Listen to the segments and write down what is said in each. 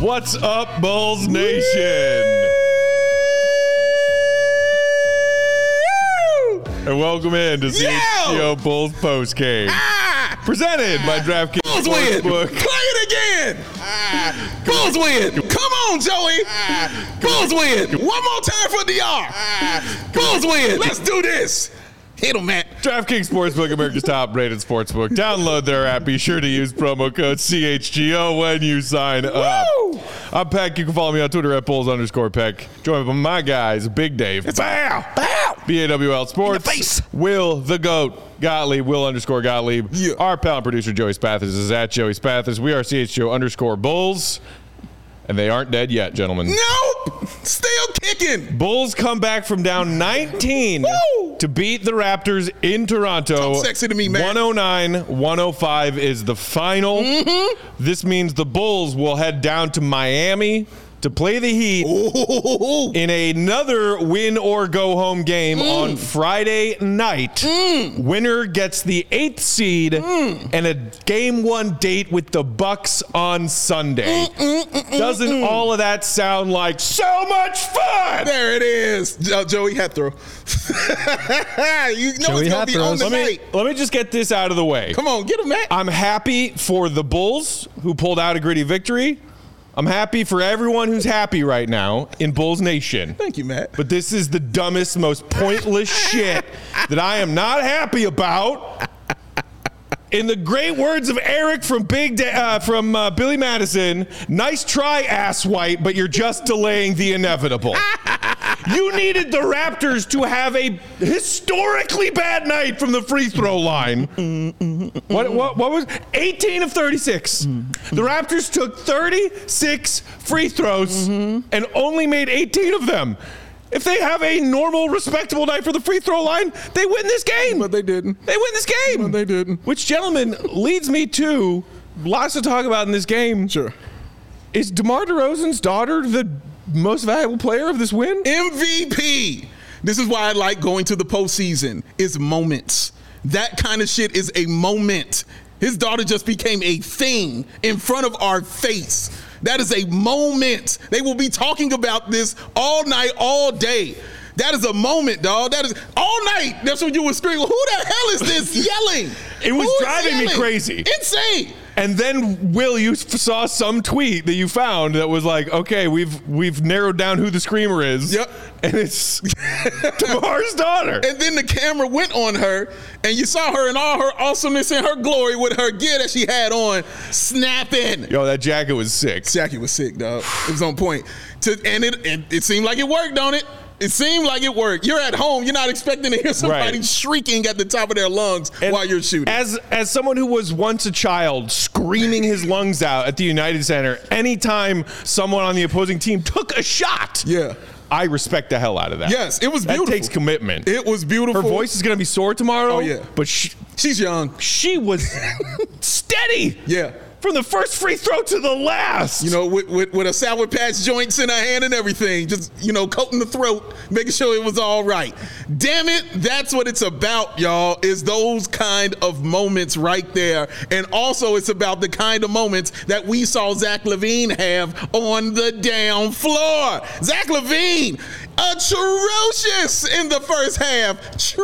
What's up, Bulls Nation? And welcome in to CHGO Bulls Post Game. Presented by DraftKings Bulls win. Sportsbook. Play it again. Bulls win. Come on, Joey. Bulls win. One more time for DR. Bulls win. Let's do this. Hit him, Matt. DraftKings Sportsbook, America's top rated sportsbook. Download their app. Be sure to use promo code CHGO when you sign up. I'm Peck. You can follow me on Twitter at Bulls underscore Peck. Joined by my guys, Big Dave. Bow. Bow. BAWL Sports. In the face. Will the GOAT. Gottlieb. Will underscore Gottlieb. Yeah. Our pal and producer Joey Spathis is at Joey Spathis. We are CHGO underscore Bulls. And they aren't dead yet, gentlemen. Nope. Still kicking. Bulls come back from down 19 Woo! to beat the Raptors in Toronto. Talk sexy to me, man. 109 105 is the final. Mm-hmm. This means the Bulls will head down to Miami to play the Heat Ooh. in another win or go home game Mm. on Friday night. Winner gets the eighth seed Mm. and a game one date with the Bucks on Sunday. Mm, Doesn't all of that sound like so much fun? There it is. Jo- Joey Hethro. you know Joey it's going to be on Hethro's- the Let me, night. let me just get this out of the way. Come on, get him, Matt. I'm happy for the Bulls who pulled out a gritty victory. I'm happy for everyone who's happy right now in Bulls Nation. Thank you, Matt. But this is the dumbest, most pointless shit that I am not happy about. In the great words of Eric from Big da- uh, from uh, Billy Madison, nice try, ass white, but you're just delaying the inevitable. You needed the Raptors to have a historically bad night from the free throw line. What, what, what was 18 of 36? Mm-hmm. The Raptors took 36 free throws Mm-hmm. and only made 18 of them. If they have a normal, respectable night for the free throw line, they win this game. But they didn't. They win this game. But they didn't. Which, gentlemen, leads me to lots to talk about in this game. Sure. Is DeMar DeRozan's daughter the most valuable player of this win? MVP. This is why I like going to the postseason. It's moments. That kind of shit is a moment. His daughter just became a thing in front of our face. That is a moment. They will be talking about this all night, all day. That is a moment, dog. That is all night. That's when you were screaming. Who the hell is this yelling? It was Who is driving me yelling? crazy. Insane. And then Will, you f- saw some tweet that you found that was like, "Okay, we've we've narrowed down who the screamer is." Yep. And it's Tamar's daughter. And then the camera went on her, and you saw her in all her awesomeness and her glory with her gear that she had on, snapping. Yo, that jacket was sick. Jackie was sick, dog. It was on point. To, and it, it it seemed like it worked, don't it? It seemed like it worked. You're at home. You're not expecting to hear somebody Right. shrieking at the top of their lungs And while you're shooting. As as someone who was once a child screaming his lungs out at the United Center anytime someone on the opposing team took a shot. Yeah. I respect the hell out of that. Yes, it was That beautiful. takes commitment. it was beautiful. Her voice is gonna be sore tomorrow. Oh, yeah. But she, She's young. she was steady. Yeah. From the first free throw to the last. You know, with, with, with a sour patch joints in her hand and everything, just, you know, coating the throat, making sure it was all right. Damn it, that's what it's about, y'all, is those kind of moments right there. And also, it's about the kind of moments that we saw Zach Levine have on the down floor. Zach Levine, atrocious in the first half. Trash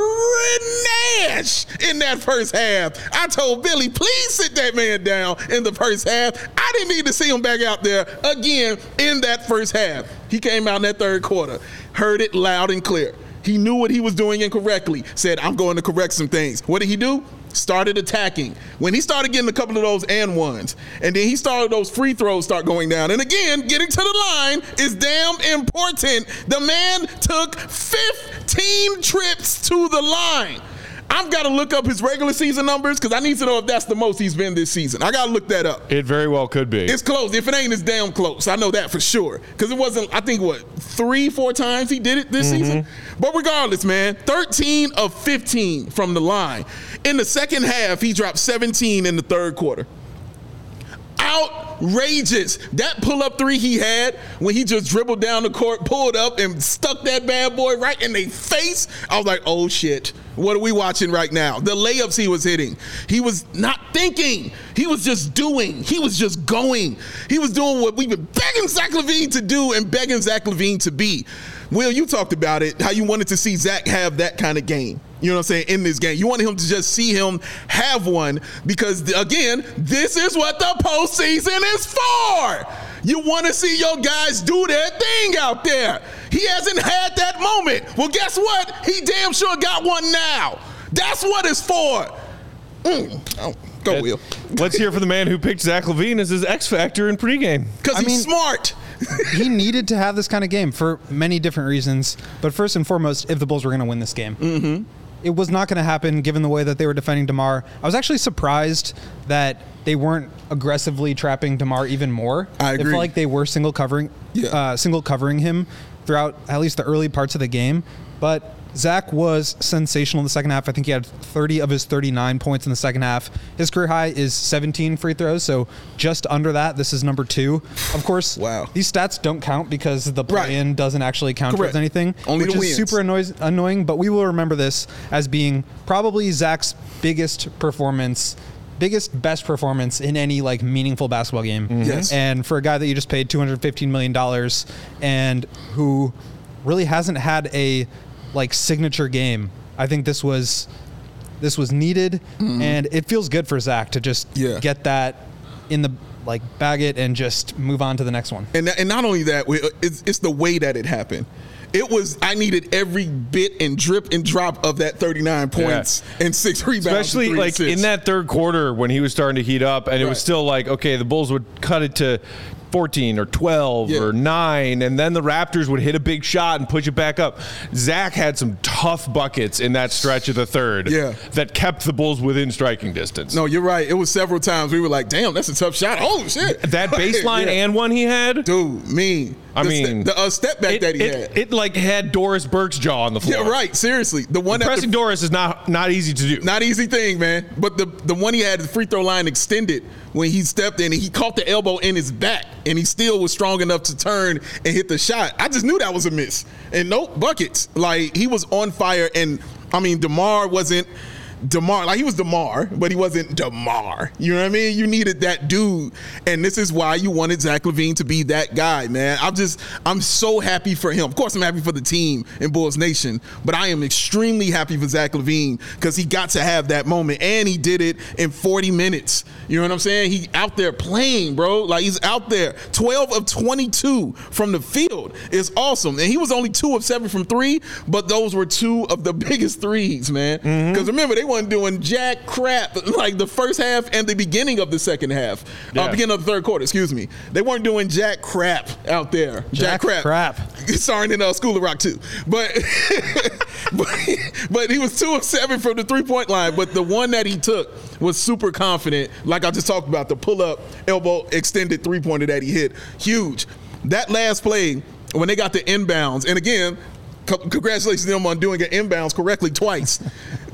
in that first half. I told Billy, please sit that man down in the first half. I didn't need to see him back out there again in that first half. He came out in that third quarter, heard it loud and clear. He knew what he was doing incorrectly, said, I'm going to correct some things. What did he do? Started attacking. When he started getting a couple of those and ones, and then he started those free throws start going down. And again, getting to the line is damn important. The man took 15 trips to the line. I've got to look up his regular season numbers because I need to know if that's the most he's been this season. I got to look that up. It very well could be. It's close. If it ain't, it's damn close. I know that for sure. Because it wasn't, I think, what, three, four times he did it this season? But regardless, man, 13 of 15 from the line. In the second half, he dropped 17 in the third quarter outrageous. That pull up three he had when he just dribbled down the court, pulled up, and stuck that bad boy right in their face. I was like, oh shit, what are we watching right now? The layups he was hitting. He was not thinking, he was just doing, he was just going. He was doing what we've been begging Zach Levine to do and begging Zach Levine to be. Will, you talked about it, how you wanted to see Zach have that kind of game. You know what I'm saying? In this game, you wanted him to just see him have one because, th- again, this is what the postseason is for. You want to see your guys do their thing out there. He hasn't had that moment. Well, guess what? He damn sure got one now. That's what it's for. Mm. Oh, go, Will. Let's hear from the man who picked Zach Levine as his X Factor in pregame. Because I he's mean- smart. he needed to have this kind of game for many different reasons. But first and foremost, if the Bulls were going to win this game, mm-hmm. it was not going to happen given the way that they were defending Demar. I was actually surprised that they weren't aggressively trapping Demar even more. I It agree. felt like they were single covering, Yeah. uh, single covering him throughout at least the early parts of the game, but. Zach was sensational in the second half. I think he had 30 of his 39 points in the second half. His career high is 17 free throws, so just under that. This is number two. Of course, Wow. these stats don't count because the Right. play-in doesn't actually count Correct. towards anything, Only which the is wins. super annoys- annoying. But we will remember this as being probably Zach's biggest performance, biggest best performance in any like meaningful basketball game. Mm-hmm. Yes. And for a guy that you just paid two hundred fifteen million dollars and who really hasn't had a like signature game, I think this was this was needed, and it feels good for Zach to just Mm-hmm. Yeah. get that in the like bag it and just move on to the next one. And, and not only that, we- uh, it's, it's the way that it happened. It was I needed every bit and drip and drop of that 39 points and six rebounds, and Especially three like in assists. that third quarter when he was starting to heat up, and it Right. was still like, okay, the Bulls would cut it to 14 or 12 Yeah. or 9, and then the Raptors would hit a big shot and push it back up. Zach had some tough buckets in that stretch of the third Yeah. that kept the Bulls within striking distance. No, you're right. It was several times we were like, "Damn, that's a tough shot." Oh shit! That baseline Yeah. and one he had, dude, mean. I the mean, ste- the uh, step back it, that he it- had. it, like had Doris Burke's jaw on the floor. yeah, right. Seriously, the one that Pressing the, Doris is not not easy to do. not easy thing, man. But the the one he had the free throw line extended when he stepped in and he caught the elbow in his back and he still was strong enough to turn and hit the shot. I just knew that was a miss. And nope, buckets. Like he was on fire and I mean DeMar wasn't DeMar, like he was DeMar, but he wasn't DeMar. You know what I mean? You needed that dude. And this is why you wanted Zach Levine to be that guy, man. I'm just, I'm so happy for him. Of course, I'm happy for the team in Bulls Nation, but I am extremely happy for Zach Levine because he got to have that moment and he did it in 40 minutes. You know what I'm saying? He out there playing, bro. Like he's out there. 12 of 22 from the field is awesome. And he was only two of seven from three, but those were two of the biggest threes, man. Mm-hmm. Because remember, they weren't doing jack crap like the first half and the beginning of the second half, uh, Yeah. beginning of the third quarter. Excuse me. They weren't doing jack crap out there. Jack Jack, crap. crap. Starring in uh, School of Rock too, but, but but he was two of seven from the three point line. But the one that he took was super confident. Like I just talked about, the pull up elbow extended three pointer that he hit, huge. That last play when they got the inbounds, and again. co- Congratulations to them on doing an inbounds correctly twice.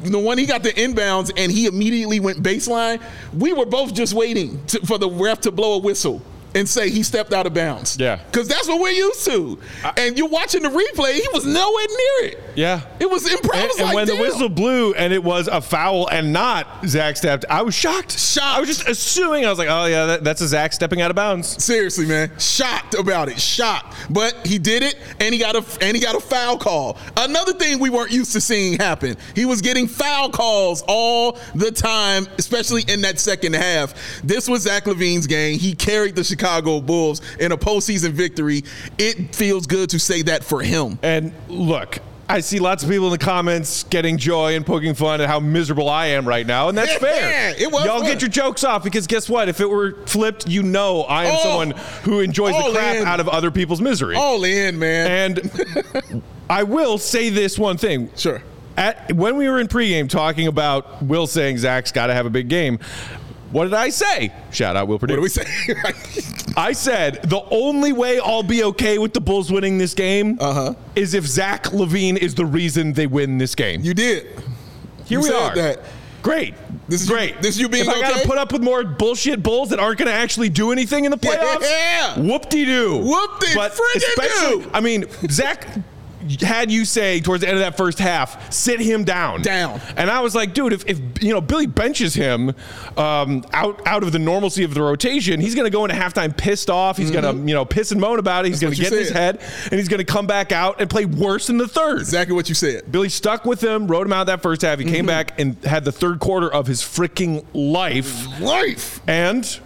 the one he got the inbounds and he immediately went baseline. We were both just waiting to, for the ref to blow a whistle and say he stepped out of bounds. Yeah. Because that's what we're used to. and you're watching the replay, he was nowhere near it. Yeah. It was improv. And, I was and like, when "Damn." the whistle blew and it was a foul and not Zach stepped, I was shocked. Shocked. I was just assuming. I was like, oh, yeah, that, that's a Zach stepping out of bounds. Seriously, man, shocked about it, shocked. But he did it, and he got a and he got a foul call. Another thing we weren't used to seeing happen. He was getting foul calls all the time, especially in that second half. This was Zach Levine's game. He carried the Chicago Bulls in a postseason victory. It feels good to say that for him. And look, I see lots of people in the comments getting joy and poking fun at how miserable I am right now, and that's Yeah, fair. it was Y'all fun. get your jokes off because guess what? If it were flipped, you know I am Oh. someone who enjoys All the crap in. Oh. out of other people's misery. All in, man. And I will say this one thing. Sure. At, when we were in pregame talking about Will saying Zach's got to have a big game, what did I say? Shout out Will What do Purdue. we say? I said the only way I'll be okay with the Bulls winning this game is if Zach Levine is the reason they win this game. you did. Here you we said are. that. Great. This is you- great. this you being if I gotta okay? put up with more bullshit bulls that aren't gonna actually do anything in the playoffs. Yeah. Whoop de doo. Whoop-de- friggin' doo. I mean, Zach had you say towards the end of that first half, sit him down. Down. And I was like, dude, if, if you know Billy benches him um, out out of the normalcy of the rotation, he's gonna go into halftime pissed off. He's gonna you know piss and moan about it. He's Mm-hmm. That's gonna get what in you his head, and he's gonna come back out and play worse in the third. Exactly what you said. Billy stuck with him, rode him out that first half. He Mm-hmm. came back and had the third quarter of his freaking life. Life. And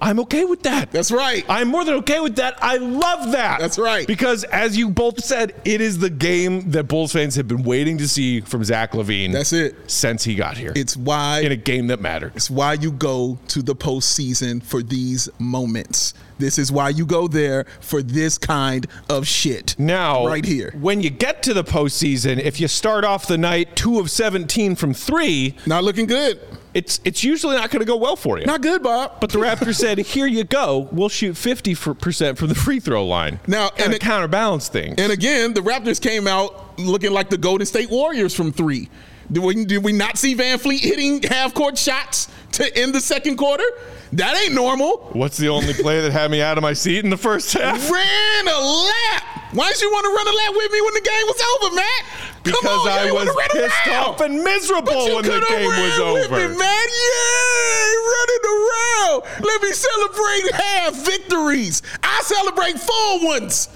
I'm okay with that. That's right. I'm more than okay with that. I love that. That's right. Because as you both said, it is the game that Bulls fans have been waiting to see from Zach Levine. That's it. Since he got here. It's why in a game that mattered. It's why you go to the postseason for these moments. This is why you go there for this kind of shit. Now, right here. when you get to the postseason, if you start off the night two of 17 from three, Not looking good. it's it's usually not going to go well for you. Not good, Bob. But the Raptors said, "Here you go. We'll shoot fifty percent from the free throw line." Now, and and to it- counterbalance things. and again, the Raptors came out looking like the Golden State Warriors from three. Did we, did we not see Van Fleet hitting half court shots to end the second quarter? That ain't normal. What's the only play that had me out of my seat in the first half? Ran a lap. Why did you want to run a lap with me when the game was over, Matt? Because Come on, I you was wanna run pissed around. off and miserable when the coulda game was ran with over. Me, man, yeah, running around. Let me celebrate half victories. I celebrate full ones.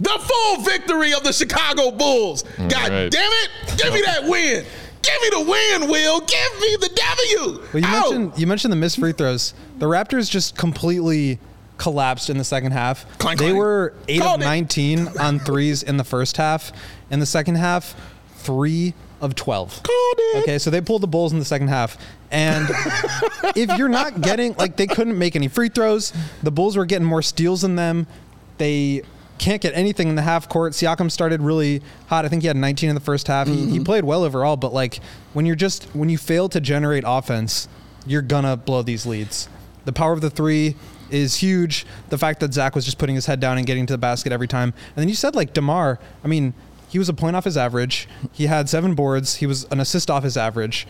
The full victory of the Chicago Bulls. God right. damn it! Give me that win. Give me the win, Will. Give me the W. Well, you Ow. mentioned you mentioned the missed free throws. The Raptors just completely collapsed in the second half. Clang, they clang. were eight Called of it. nineteen on threes in the first half. In the second half, three of twelve. Called it. Okay, so they pulled the Bulls in the second half, and if you're not getting like they couldn't make any free throws, the Bulls were getting more steals than them. They can't get anything in the half court. Siakam started really hot. I think he had 19 in the first half. He, he played well overall, but like when you're just when you fail to generate offense, you're gonna blow these leads. The power of the three is huge. The fact that Zach was just putting his head down and getting to the basket every time, and then you said like Demar. I mean, he was a point off his average. He had seven boards. He was an assist off his average.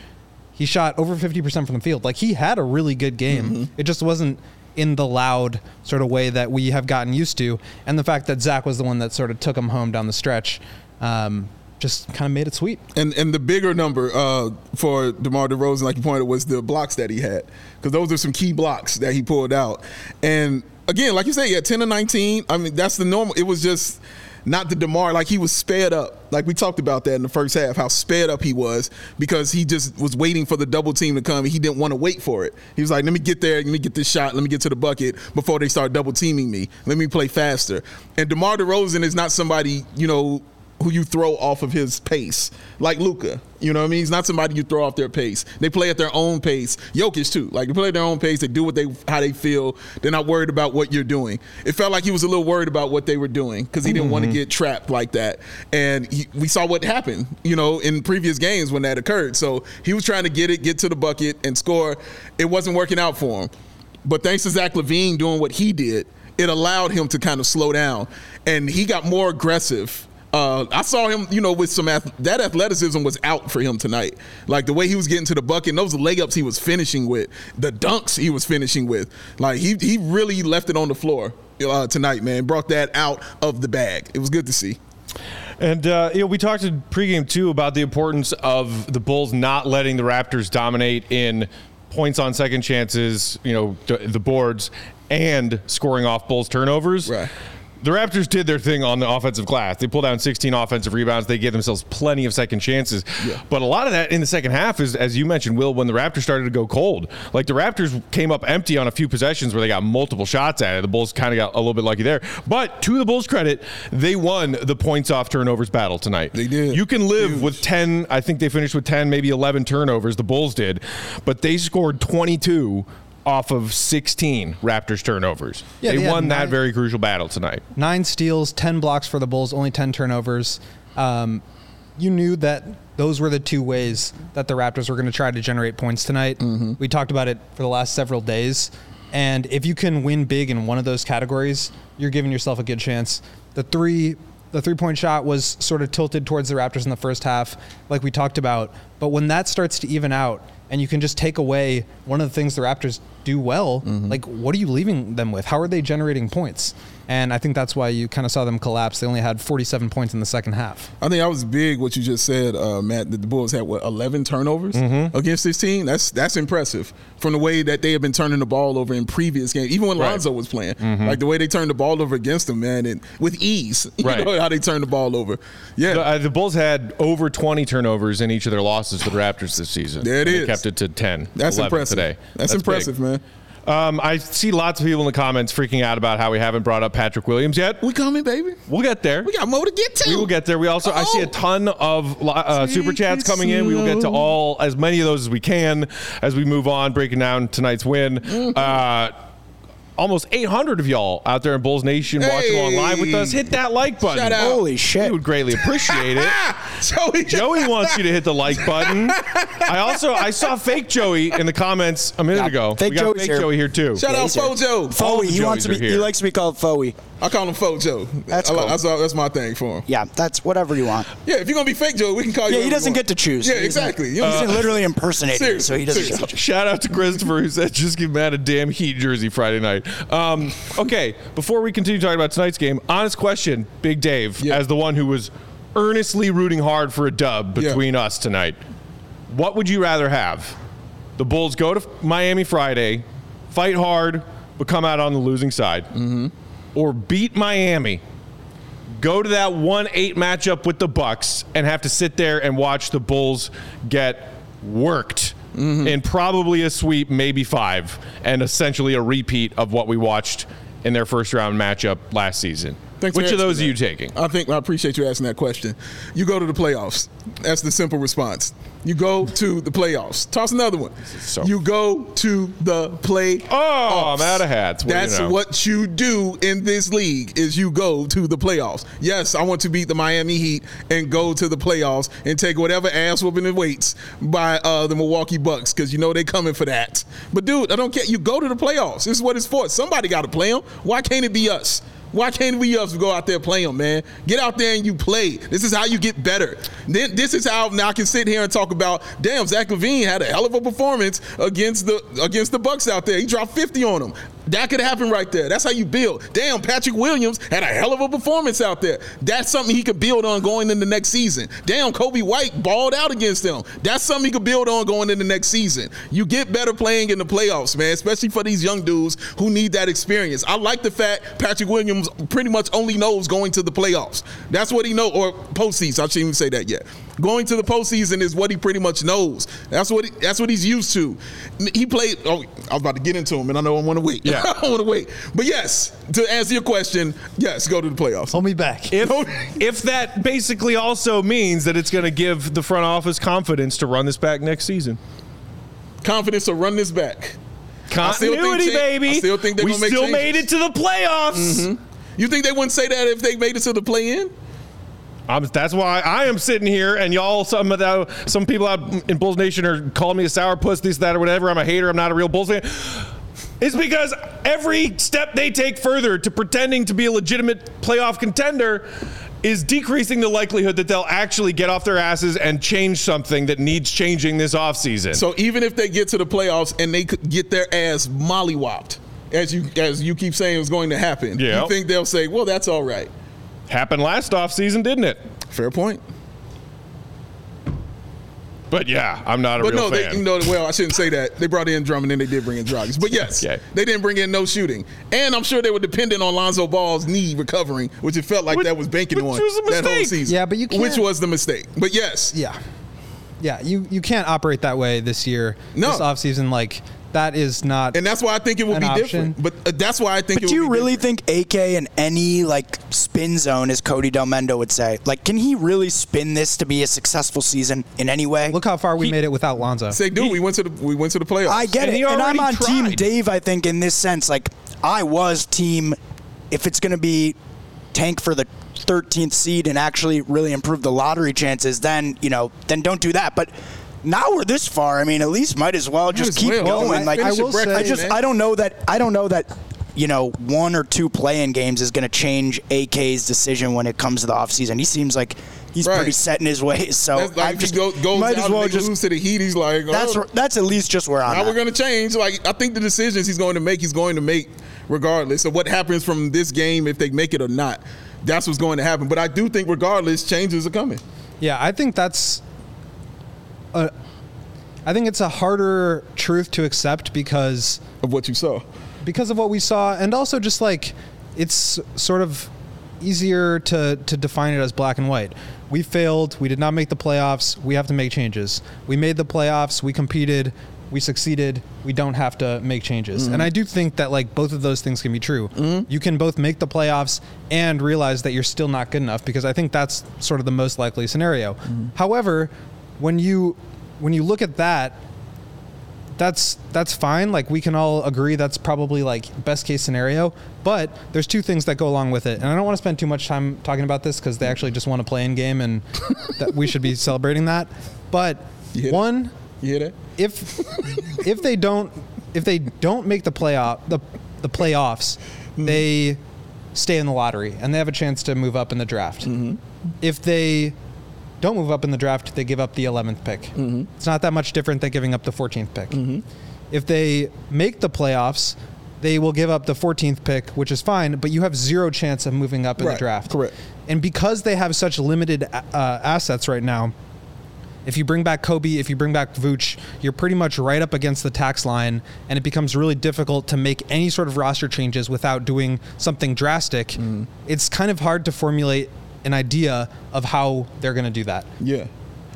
He shot over 50% from the field. Like he had a really good game. It just wasn't in the loud sort of way that we have gotten used to. And the fact that Zach was the one that sort of took him home down the stretch um, just kind of made it sweet. And and the bigger number uh, for DeMar DeRozan, like you pointed, was the blocks that he had because those are some key blocks that he pulled out. And again, like you said, yeah, ten and nineteen. I mean, that's the normal. It was just not the DeMar. Like he was sped up. Like we talked about that in the first half, how sped up he was because he just was waiting for the double team to come. and He didn't want to wait for it. He was like, "Let me get there. Let me get this shot. Let me get to the bucket before they start double teaming me. Let me play faster." And DeMar DeRozan is not somebody you know who you throw off of his pace, like Luca. You know what I mean? He's not somebody you throw off their pace. They play at their own pace. Jokic too. Like they play at their own pace. They do what they how they feel. They're not worried about what you're doing. It felt like he was a little worried about what they were doing because he didn't want to get trapped like that. And he, we saw what happened, you know, in previous games when that occurred. So he was trying to get it, get to the bucket, and score. It wasn't working out for him. But thanks to Zach Levine doing what he did, it allowed him to kind of slow down. And he got more aggressive Uh, I saw him, you know, with some ath- that athleticism was out for him tonight. Like the way he was getting to the bucket, and those layups he was finishing with, the dunks he was finishing with. Like he he really left it on the floor uh, tonight, man. Brought that out of the bag. It was good to see. And uh, you know, we talked in pregame too about the importance of the Bulls not letting the Raptors dominate in points on second chances, you know, d- the boards, and scoring off Bulls turnovers. Right. The Raptors did their thing on the offensive glass. They pulled down 16 offensive rebounds. They gave themselves plenty of second chances. But a lot of that in the second half is, as you mentioned, Will, when the Raptors started to go cold. Like the Raptors came up empty on a few possessions where they got multiple shots at it. The Bulls kind of got a little bit lucky there. But to the Bulls' credit, they won the points off turnovers battle tonight. They did. You can live with 10, I think they finished with 10, maybe 11 turnovers. The Bulls did. But they scored 22 off of 16 Raptors turnovers. Yeah, they they had won that nine- very crucial battle tonight. nine steals, 10 blocks for the Bulls, only 10 turnovers. Um, you knew that those were the two ways that the Raptors were going to try to generate points tonight. We talked about it for the last several days. And if you can win big in one of those categories, you're giving yourself a good chance. The three. The three point shot was sort of tilted towards the Raptors in the first half, like we talked about. But when that starts to even out and you can just take away one of the things the Raptors do well, like what are you leaving them with? How are they generating points? And I think that's why you kind of saw them collapse. They only had 47 points in the second half. I think I was big what you just said, uh, Matt. That the Bulls had what 11 turnovers Mm-hmm. against 16. That's that's impressive from the way that they have been turning the ball over in previous games, even when Right. Mm-hmm. Lonzo was playing. Like the way they turned the ball over against them, man, and with ease. You Right. know how they turned the ball over. Yeah, The, uh, the Bulls had over 20 turnovers in each of their losses to the Raptors this season. There it And is. They kept it to 10. that's 11 impressive. Today. That's, big. impressive, man. Um, I see lots of people in the comments freaking out about how we haven't brought up Patrick Williams yet. We coming, baby. We'll get there. We got more to get to. We will get there. We also, I see a Oh. ton of uh, super Take chats it coming in. We will get to slow. all as many of those as we can as we move on, breaking down tonight's win. Mm-hmm. Uh, Almost 800 of y'all out there in Bulls Nation watching along Hey. live with us. Hit that like button. Shout out. Holy We shit. would greatly appreciate it. Joey. Joey wants you to hit the like button. I also I saw fake Joey in the comments a minute Yeah, ago. fake we got Joey's fake here. Joey here too. Shout out sir. Fojo. All the Foey. He wants to Joeys be. are He here. likes to be called Foey. I call him Fojo. That's I like- cool. that's, that's my thing for him. Yeah, that's whatever you want. Yeah, if you're gonna be fake Joey, we can call you. Yeah, he whatever we doesn't get want. to choose. Yeah, He doesn't- exactly. You He's don't- literally impersonating, Seriously, so he doesn't. seriously. Shout out to Christopher who said just give Matt a damn heat jersey Friday night. Um, okay, before we continue talking about tonight's game, honest question, Big Dave, Yeah. as the one who was earnestly rooting hard for a dub Yeah. between us tonight, what would you rather have? The Bulls go to Miami Friday, fight hard, but come out on the losing side, Mm-hmm. or beat Miami. Go to that one eight matchup with the Bucks and have to sit there and watch the Bulls get worked Mm-hmm. in probably a sweep, maybe five, and essentially a repeat of what we watched in their first round matchup last season. Thanks for Which of those asking are you that. taking? I think I appreciate you asking that question. You go to the playoffs. That's the simple response. You go to the playoffs. Toss another one. so- You go to the playoffs. Oh, I'm out of hats. Well, you That's know. what you do in this league is you go to the playoffs. Yes, I want to beat the Miami Heat and go to the playoffs and take whatever ass whooping it waits by uh, the Milwaukee Bucks because you know they're coming for that. But dude, I don't care. You go to the playoffs. This is what it's for. Somebody got to play them. Why can't it be us? Why can't we us go out there and play them, man? Get out there and you play. This is how you get better. Then this is how now I can sit here and talk about. Damn, Zach Levine had a hell of a performance against the against the Bucks out there. He dropped 50 on them. That could happen right there. That's how you build. Damn, Patrick Williams had a hell of a performance out there. That's something he could build on going in the next season. Damn, Kobe White balled out against them. That's something he could build on going in the next season. You get better playing in the playoffs, man, especially for these young dudes who need that experience. I like the fact Patrick Williams pretty much only knows going to the playoffs. That's what he know, or postseason. I shouldn't even say that yet. Going to the postseason is what he pretty much knows. That's what he, that's what he's used to. He played. Oh, I was about to get into him, and I know I want to wait. Yeah. I want to wait. But yes, to answer your question, yes, go to the Um, playoffs. Hold me back. If, Oh. if that basically also means that it's going to give the front office confidence to run this back next season. Confidence to run this back. I still think Continuity, cha- I baby. still think they're we gonna make still changes. Mm-hmm. made it to the playoffs. You think they wouldn't say that if they made it to the play-in? I'm, that's why I am sitting here, and y'all, some of the, some people out in Bulls Nation are calling me a sourpuss, this, that, or whatever. I'm a hater. I'm not a real Bulls fan. It's because every step they take further to pretending to be a legitimate playoff contender is decreasing the likelihood that they'll actually get off their asses and change something that needs changing this offseason. So even if they get to the playoffs and they could get their ass mollywopped, as you as you keep saying is going to happen, Yeah. you think they'll say, "Well, that's all right." happened last offseason, didn't it? Fair point. But yeah, I'm not a But real no, fan. they no. Well, I shouldn't say that. They brought in Drummond and they did bring in Dragic. But yes, Okay. they didn't bring in no shooting, and I'm sure they were dependent on Lonzo Ball's knee recovering, which it felt like Which- that was banking which on was a that whole mistake. season. Yeah, but you which can't- was the mistake. But yes, Yeah. Yeah, you, you can't operate that way this year. No. This offseason, like, that is not. and that's why I think it will An be option. different. But uh, that's why I think. But it do will you be really different. think AK in any like spin zone, as Cody Delmendo would say, like can he really spin this to be a successful season in any way? look how far we made it without Lonzo. Say, dude, we went to the we went to the playoffs. I get And he it, and I'm already on Team tried. Dave. I think in this sense, like I was Team. If it's going to be tank for the 13th seed and actually really improve the lottery chances, then you know, then don't do that. But now we're this far. I mean, at least might as well just as keep well. going. Well, I- like I will say- I just man. I don't know that I don't know that. You know, one or two play-in games is going to change AK's decision when it comes to the offseason. He seems like he's Right. pretty set in his ways. So That's like I'm if just he go, goes might out as well and they lose just. to the Heat. He's like, oh, That's that's at least just where I'm. now at. we're going to change. Like I think the decisions he's going to make, he's going to make regardless of what happens from this game, if they make it or not. That's what's going to happen. But I do think regardless, changes are coming. Yeah, I think that's. A, I think it's a harder truth to accept because Of what you saw. because of what we saw, and also just like it's sort of easier to to define it as black and white. We failed. We did not make the playoffs. We have to make changes. We made the playoffs. We competed. We succeeded. We don't have to make changes. And I do think that like both of those things can be true. You can both make the playoffs and realize that you're still not good enough because I think that's sort of the most likely scenario. However, when you when you look at that that's that's fine. Like we can all agree that's probably like best case scenario. But there's two things that go along with it, and I don't want to spend too much time talking about this because they actually just want to play in game, and that we should be celebrating that. But Yeah. one, You hear that? if if they don't if they don't make the playoff the the playoffs, Mm-hmm. they stay in the lottery and they have a chance to move up in the draft. Mm-hmm. If they don't move up in the draft, they give up the 11th pick. Mm-hmm. It's not that much different than giving up the 14th pick. If they make the playoffs, they will give up the 14th pick, which is fine, but you have zero chance of moving up in Right, the draft. correct. And because they have such limited uh, assets right now, if you bring back Kobe, if you bring back Vooch, you're pretty much right up against the tax line, and it becomes really difficult to make any sort of roster changes without doing something drastic. It's kind of hard to formulate an idea of how they're going to do that. Yeah.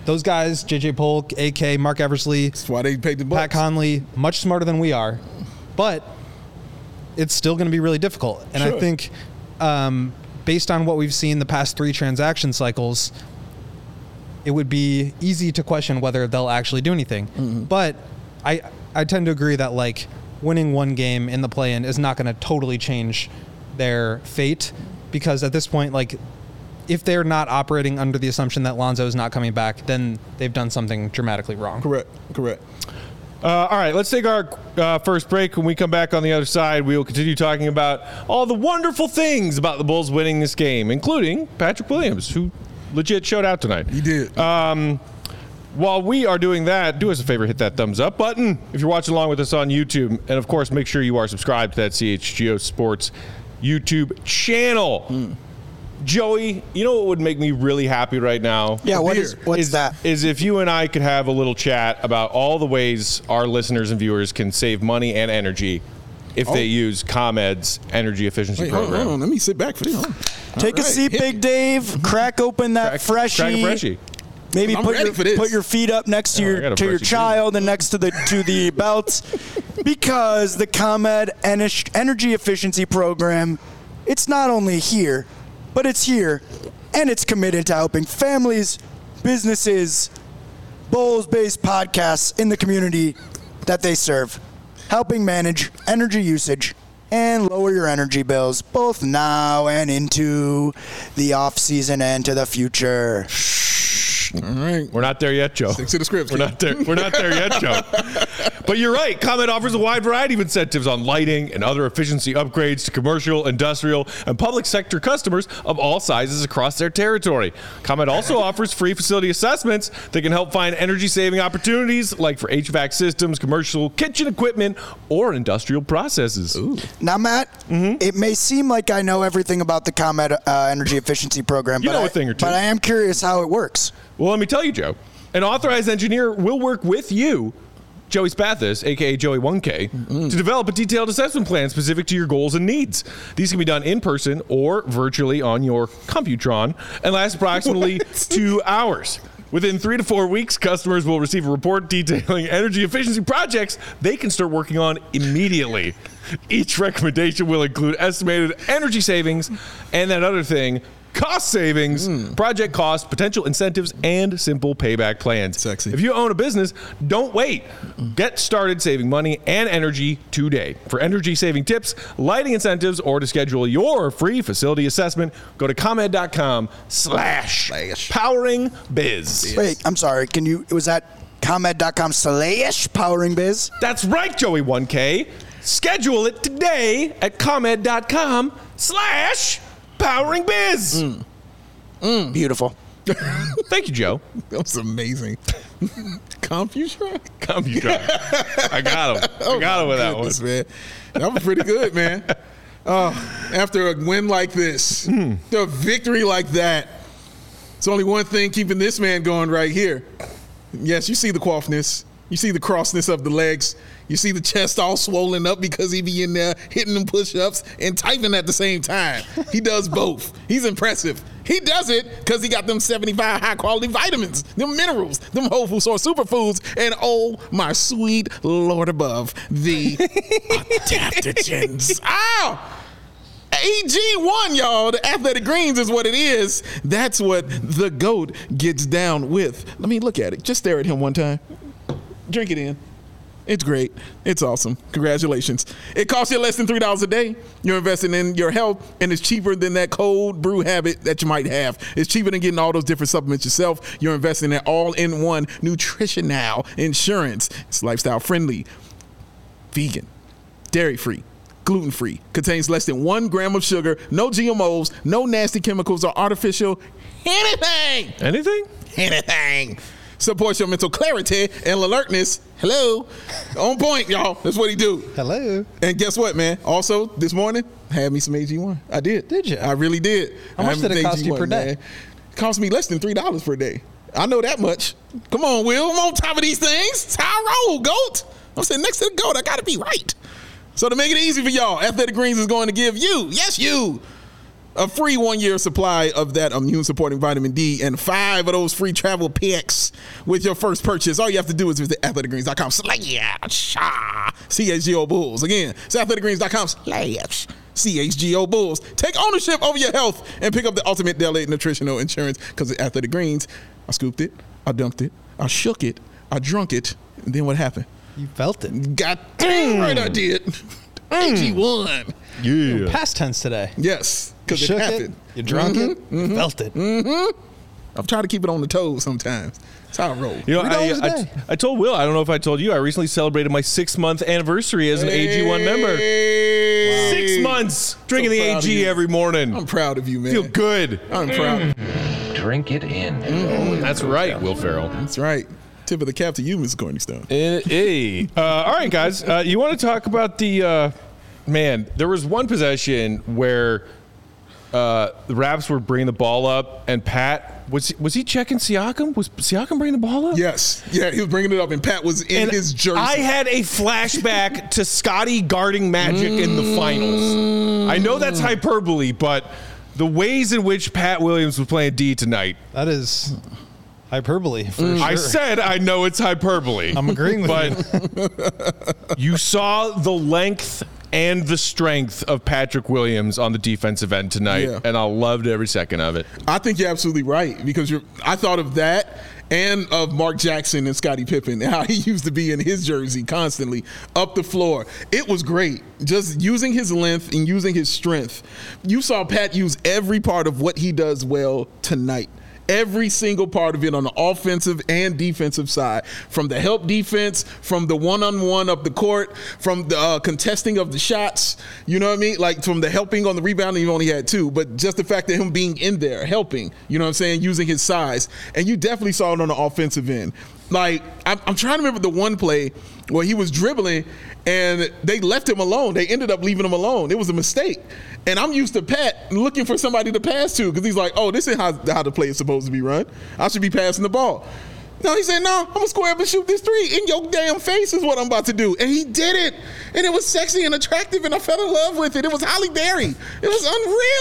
Those guys, JJ Polk, AK, Mark Eversley, That's why they paid the Pat bucks. Conley, much smarter than we are, but it's still going to be really difficult. And I Sure. think, um, based on what we've seen the past three transaction cycles, it would be easy to question whether they'll actually do anything. Mm-hmm. But I I tend to agree that like winning one game in the play-in is not going to totally change their fate because at this point like if they're not operating under the assumption that Lonzo is not coming back, then they've done something dramatically wrong. correct. Correct. Uh, all right, let's take our uh, first break. When we come back on the other side, we will continue talking about all the wonderful things about the Bulls winning this game, including Patrick Williams, who legit showed out tonight. He did. Uh, While we are doing that, do us a favor, hit that thumbs up button if you're watching along with us on YouTube. And of course, make sure you are subscribed to that CHGO Sports YouTube channel. Hmm. Joey, you know what would make me really happy right now? yeah, what Beer is what's is, that? is if you and I could have a little chat about all the ways our listeners and viewers can save money and energy if they use ComEd's energy efficiency Oh. Wait, hold on, program. hold on. Let me sit back for this. Hold on. Take All a right. seat, Hit Big it. Dave. Crack open that Mm-hmm. Crack- freshie. crack a freshie. Maybe I'm put ready your, for this. put your feet up next to Yeah, I got your a to your freshie too. child and next to the to the belt, because the ComEd Enes- Energy Efficiency Program, it's not only here, but it's here, and it's committed to helping families, businesses, Bowls-based podcasts in the community that they serve, helping manage energy usage and lower your energy bills both now and into the off season and to the future. All right. We're not there yet, Joe. Stick to the script, We're kid. not there. We're not there yet, Joe. But you're right. ComEd offers a wide variety of incentives on lighting and other efficiency upgrades to commercial, industrial, and public sector customers of all sizes across their territory. ComEd also offers free facility assessments that can help find energy saving opportunities like for HVAC systems, commercial kitchen equipment, or industrial processes. Now, Matt, Mm-hmm. it may seem like I know everything about the ComEd uh, energy efficiency program, You but, know I, a thing or two. but I am curious how it works. Well, let me tell you, Joe. An authorized engineer will work with you, Joey Spathis, aka Joey 1K, to develop a detailed assessment plan specific to your goals and needs. These can be done in person or virtually on your Computron and last approximately two hours. Within three to four weeks, customers will receive a report detailing energy efficiency projects they can start working on immediately. Each recommendation will include estimated energy savings and that other thing cost savings, Hmm. project costs, potential incentives, and simple payback plans. Sexy. Hmm. If you own a business, don't wait. Get started saving money and energy today. For energy saving tips, lighting incentives, or to schedule your free facility assessment, go to comed.com slash powering biz. Wait, I'm sorry. Can you? Was that ComEd.com slash powering biz? That's right, Joey 1K. Schedule it today at comed.com slash powering biz. Hmm. Beautiful. Thank you, Joe. That was amazing. Computron? Come, you try. I got him. I got him with that one. Oh Goodness, man. That was pretty good, man. Oh, after a win like this, Hmm. the victory like that, it's only one thing keeping this man going right here. Yes, you see the quaffness. You see the crossness of the legs. You see the chest all swollen up because he be in there hitting them push-ups and typing at the same time. He does both. He's impressive. He does it because he got them 75 high-quality vitamins, them minerals, them whole food source superfoods, and oh my sweet Lord above, the adaptogens. Ah! Ow! AG1, y'all. The athletic greens is what it is. That's what the goat gets down with. Let me look at it. Just stare at him one time. Drink it in. It's great. It's awesome. Congratulations. It costs you less than $3 a day. You're investing in your health, and it's cheaper than that cold brew habit that you might have. It's cheaper than getting all those different supplements yourself. You're investing in all in one nutrition now insurance. It's lifestyle friendly, vegan dairy free, gluten free, contains less than one gram of sugar, no GMOs, no nasty chemicals or artificial anything. Anything? Anything. Supports your mental clarity and alertness. Hello. On point, y'all. That's what he do. Hello. And guess what, man? Also, this morning, had me some AG1. I did. Did ya? I really did. How much I'm did it an cost you AG1 per day? man. Cost me less than three dollars per day. I know that much. Come on, Will. I'm on top of these things. Tyrone, goat. I'm sitting next to the goat. I gotta be right. So to make it easy for y'all, Athletic Greens is going to give you, yes, you, a free one-year supply of that immune-supporting vitamin D and five of those free travel picks with your first purchase. All you have to do is visit athleticgreens.com slash CHGO Bulls. Again, it's athleticgreens.com slash CHGO Bulls. Take ownership over your health and pick up the ultimate daily nutritional insurance because at Athletic Greens, I scooped it, I dumped it, I shook it, I drunk it, and then what happened? You felt it. God damn right Mm. I did. AG1. Yeah. Past tense today. Yes, You because it shook it. happened. You drunk it. You felt it. I'm trying to keep it on the toes sometimes. That's how I roll. You know, Three dollars I, a I- day. I told Will, I don't know if I told you, I recently celebrated my six month anniversary as an AG1 member. Hey. Six months drinking So the proud of AG you. every morning. I'm proud of you, man. feel good. Mm. I'm proud. Drink it in. That's right, Will Ferrell. That's right. Tip of the cap to you, Mr. Corny Stone. Eh, eh. Uh, all right, guys. Uh, you want to talk about the uh, man? There was one possession where uh, the Raps were bringing the ball up, and Pat was was he checking Siakam? Was Siakam bringing the ball up? Yes. Yeah, he was bringing it up, and Pat was in And his jersey. I had a flashback to Scotty guarding Magic in the finals. I know that's hyperbole, but the ways in which Pat Williams was playing D tonight, That is hyperbole for sure. Mm-hmm. I said I know it's hyperbole. I'm agreeing with you. but you saw the length and the strength of Patrick Williams on the defensive end tonight, Yeah. and I loved every second of it. I think you're absolutely right because you're. I thought of that and of Mark Jackson and Scottie Pippen and how he used to be in his jersey constantly up the floor. It was great, just using his length and using his strength. You saw Pat use every part of what he does well tonight. Every single part of it on the offensive and defensive side, from the help defense, from the one-on-one up the court, from the uh, contesting of the shots. You know what I mean? Like from the helping on the rebound. He only had two, but just the fact that him being in there helping. You know what I'm saying? Using his size, and you definitely saw it on the offensive end. Like I'm, I'm trying to remember the one play where he was dribbling and they left him alone. They ended up leaving him alone. It was a mistake. And I'm used to Pat looking for somebody to pass to because he's like, oh, this is how, how the play is supposed to be run. I should be passing the ball. No, he said, no, I'm going to square up and shoot this three in your damn face is what I'm about to do. And he did it. And it was sexy and attractive and I fell in love with it. It was Holly Berry. It was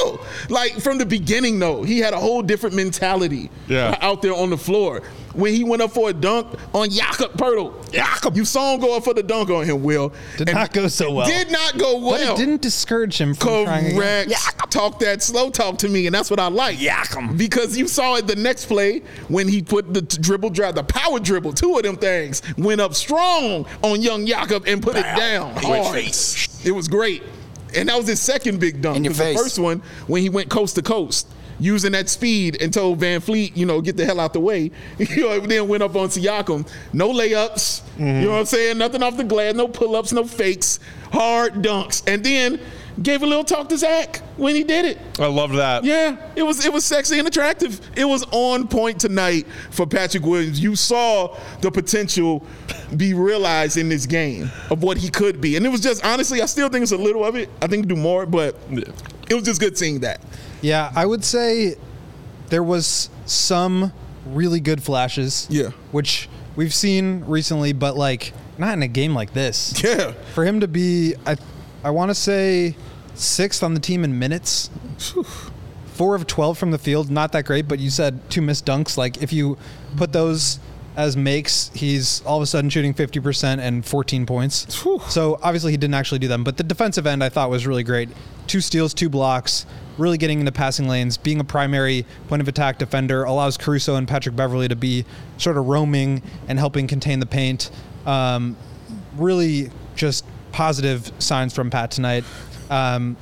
unreal. Like from the beginning, though, he had a whole different mentality Yeah. out there on the floor. When he went up for a dunk on Jakob Pertl, Jakob, you saw him go up for the dunk on him, Will. Did not go so well. Did not go well. Oh. But it didn't discourage him from trying again. Correct. Talk that slow talk to me, and that's what I like. Because you saw it the next play when he put the t- dribble drive, the power dribble, two of them things went up strong on young Jakob and put it down hard. It was great, and that was his second big dunk. In your 'cause the face. first one when he went coast to coast. Using that speed and told Van Fleet, you know, get the hell out the way. You know, then went up on Siakam. No layups. You know what I'm saying? Nothing off the glass. No pull ups. No fakes. Hard dunks. And then gave a little talk to Zach when he did it. I loved that. Yeah, it was it was sexy and attractive. It was on point tonight for Patrick Williams. You saw the potential be realized in this game of what he could be, and it was just honestly, I still think it's a little of it. I think do more, but it was just good seeing that. Yeah, I would say there was some really good flashes. Yeah. Which we've seen recently, but like not in a game like this. Yeah, For him to be I I wanna say sixth on the team in minutes. Four of twelve from the field, not that great, but you said two missed dunks. Like if you put those as makes, he's all of a sudden shooting fifty percent and fourteen points. So obviously he didn't actually do them, but the defensive end I thought was really great. Two steals, two blocks, really getting into passing lanes, being a primary point of attack defender allows Caruso and Patrick Beverly to be sort of roaming and helping contain the paint. Um, really just positive signs from Pat tonight. Um,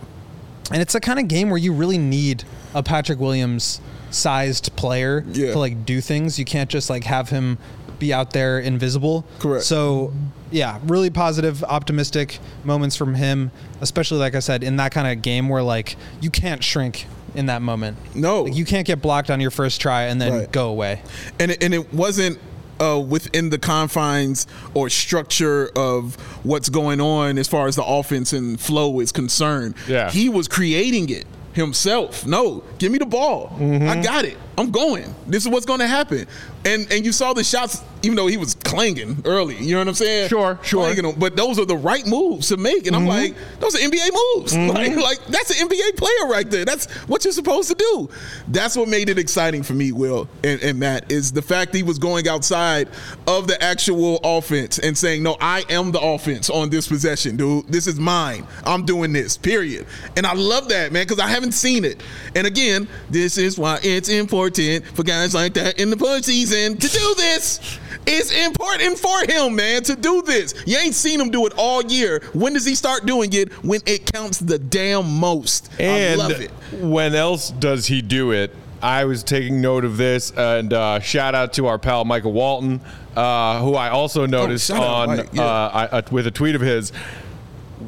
and it's the kind of game where you really need a Patrick Williams sized player Yeah. to like do things. You can't just like have him be out there invisible. Correct. So yeah, really positive, optimistic moments from him, especially like I said, in that kind of game where like you can't shrink in that moment. No. Like, you can't get blocked on your first try and then Right. go away. and it, and it wasn't uh, within the confines or structure of what's going on as far as the offense and flow is concerned. Yeah. he was creating it himself. No, give me the ball. I got it. I'm going. This is what's going to happen. And and you saw the shots, even though he was clanging early. You know what I'm saying? Sure, sure. Mm-hmm. Clanging 'em. But those are the right moves to make. And I'm like, those are NBA moves. Like, like that's an NBA player right there. That's what you're supposed to do. That's what made it exciting for me, Will and, and Matt, is the fact that he was going outside of the actual offense and saying, No, I am the offense on this possession, dude. This is mine. I'm doing this, period. And I love that, man, because I haven't seen it. And again, this is why it's important for guys like that in the postseason to do this. It's important for him, man, to do this. You ain't seen him do it all year. When does he start doing it? When it counts the damn most. And I love it. when else does he do it? I was taking note of this, and uh, shout out to our pal Michael Walton, uh, who I also noticed Oh, shout out, on Mike, yeah. uh, I, uh, with a tweet of his.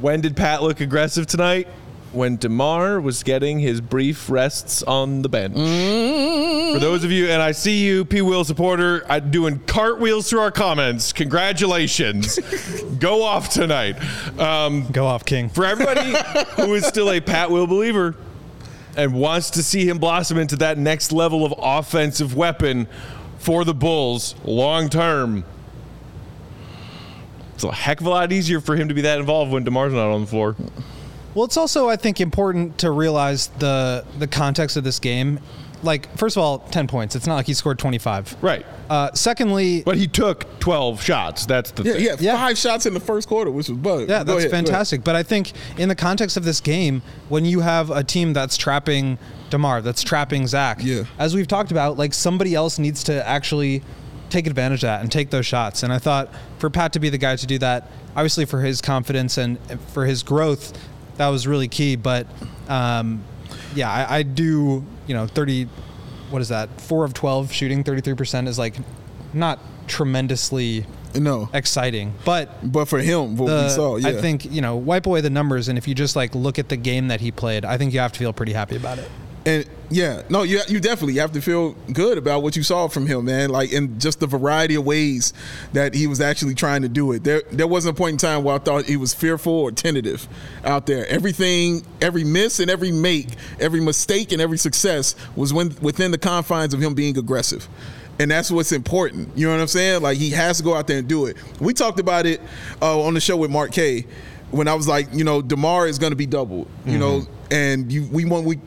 When did Pat look aggressive tonight? When Demar was getting his brief rests on the bench. Mm. For those of you, and I see you, P. Will supporter, I, doing cartwheels through our comments. Congratulations, go off tonight. Um, Go off, King. for everybody who is still a Pat Will believer and wants to see him blossom into that next level of offensive weapon for the Bulls long term. It's a heck of a lot easier for him to be that involved when DeMar's not on the floor. Well, it's also I think important to realize the the context of this game. Like, first of all, ten points. It's not like he scored twenty five. Right. Uh, secondly, But he took 12 shots. That's the Yeah, thing. yeah, Yeah. five shots in the first quarter, which was bug. yeah, Go that's ahead, go ahead. fantastic. But I think in the context of this game, when you have a team that's trapping Demar, that's trapping Zach, Yeah. as we've talked about, like somebody else needs to actually take advantage of that and take those shots. And I thought for Pat to be the guy to do that, obviously for his confidence and for his growth, that was really key. But um, yeah, I, I do, you know, 30, what is that? Four of twelve shooting thirty three percent is like not tremendously No, exciting, but but for him, what the- we saw, yeah. I think you know wipe away the numbers, and if you just like look at the game that he played, I think you have to feel pretty happy about it. and yeah, no, you you definitely have to feel good about what you saw from him, man. Like, and just the variety of ways that he was actually trying to do it. There, there wasn't a point in time where I thought he was fearful or tentative out there. Everything, every miss and every make, every mistake and every success was when, within the confines of him being aggressive. And that's what's important. You know what I'm saying? Like he has to go out there and do it. We talked about it uh, on the show with Mark K. When I was like, you know, Demar is going to be doubled. You know, and you we want we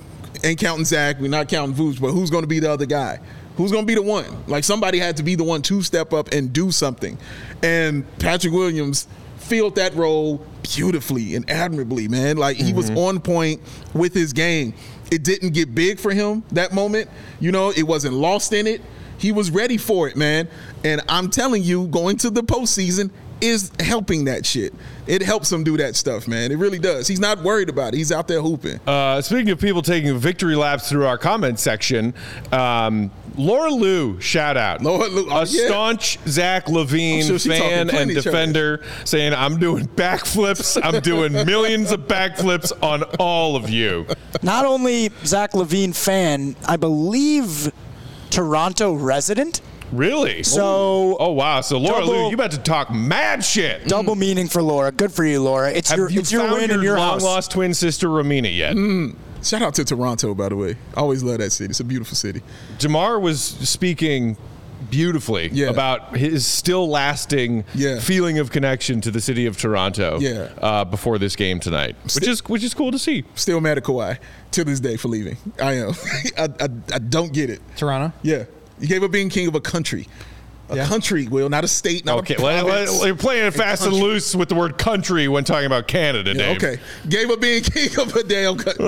ain't counting Zach, we're not counting Vooch, but who's going to be the other guy? Who's going to be the one? Like somebody had to be the one to step up and do something. And Patrick Williams filled that role beautifully and admirably, man. Like he was on point with his game. It didn't get big for him that moment. You know, it wasn't lost in it. He was ready for it, man. And I'm telling you, going to the postseason is helping that shit. It helps him do that stuff, man. It really does. He's not worried about it. He's out there hooping. Uh, speaking of people taking victory laps through our comment section, um, Laura Lou, shout out. Laura Lou, oh, a yeah. staunch Zach Levine I'm sure she talking fan and plenty trash. defender, saying, I'm doing backflips. I'm doing millions of backflips on all of you. Not only Zach Levine fan, I believe Toronto resident. Really? So oh, wow. So, Laura Lou, Double- you about to talk mad shit. double meaning for Laura. Good for you, Laura. It's Have your you it's your found win your, in your long house. lost twin sister, Romina, yet? Shout out to Toronto, by the way. I always love that city. It's a beautiful city. Jamar was speaking beautifully Yeah. about his still lasting Yeah. feeling of connection to the city of Toronto Yeah. uh, before this game tonight, which is which is cool to see. Still mad at Kawhi to this day for leaving. I am. I, I, I don't get it. Toronto. Yeah. You gave up being king of a country. A Yeah. country, Will, not a state, not Okay, a well, province. well, you're playing it fast and country. loose with the word country when talking about Canada, Yeah, Dave. okay. Gave up being king of a damn country.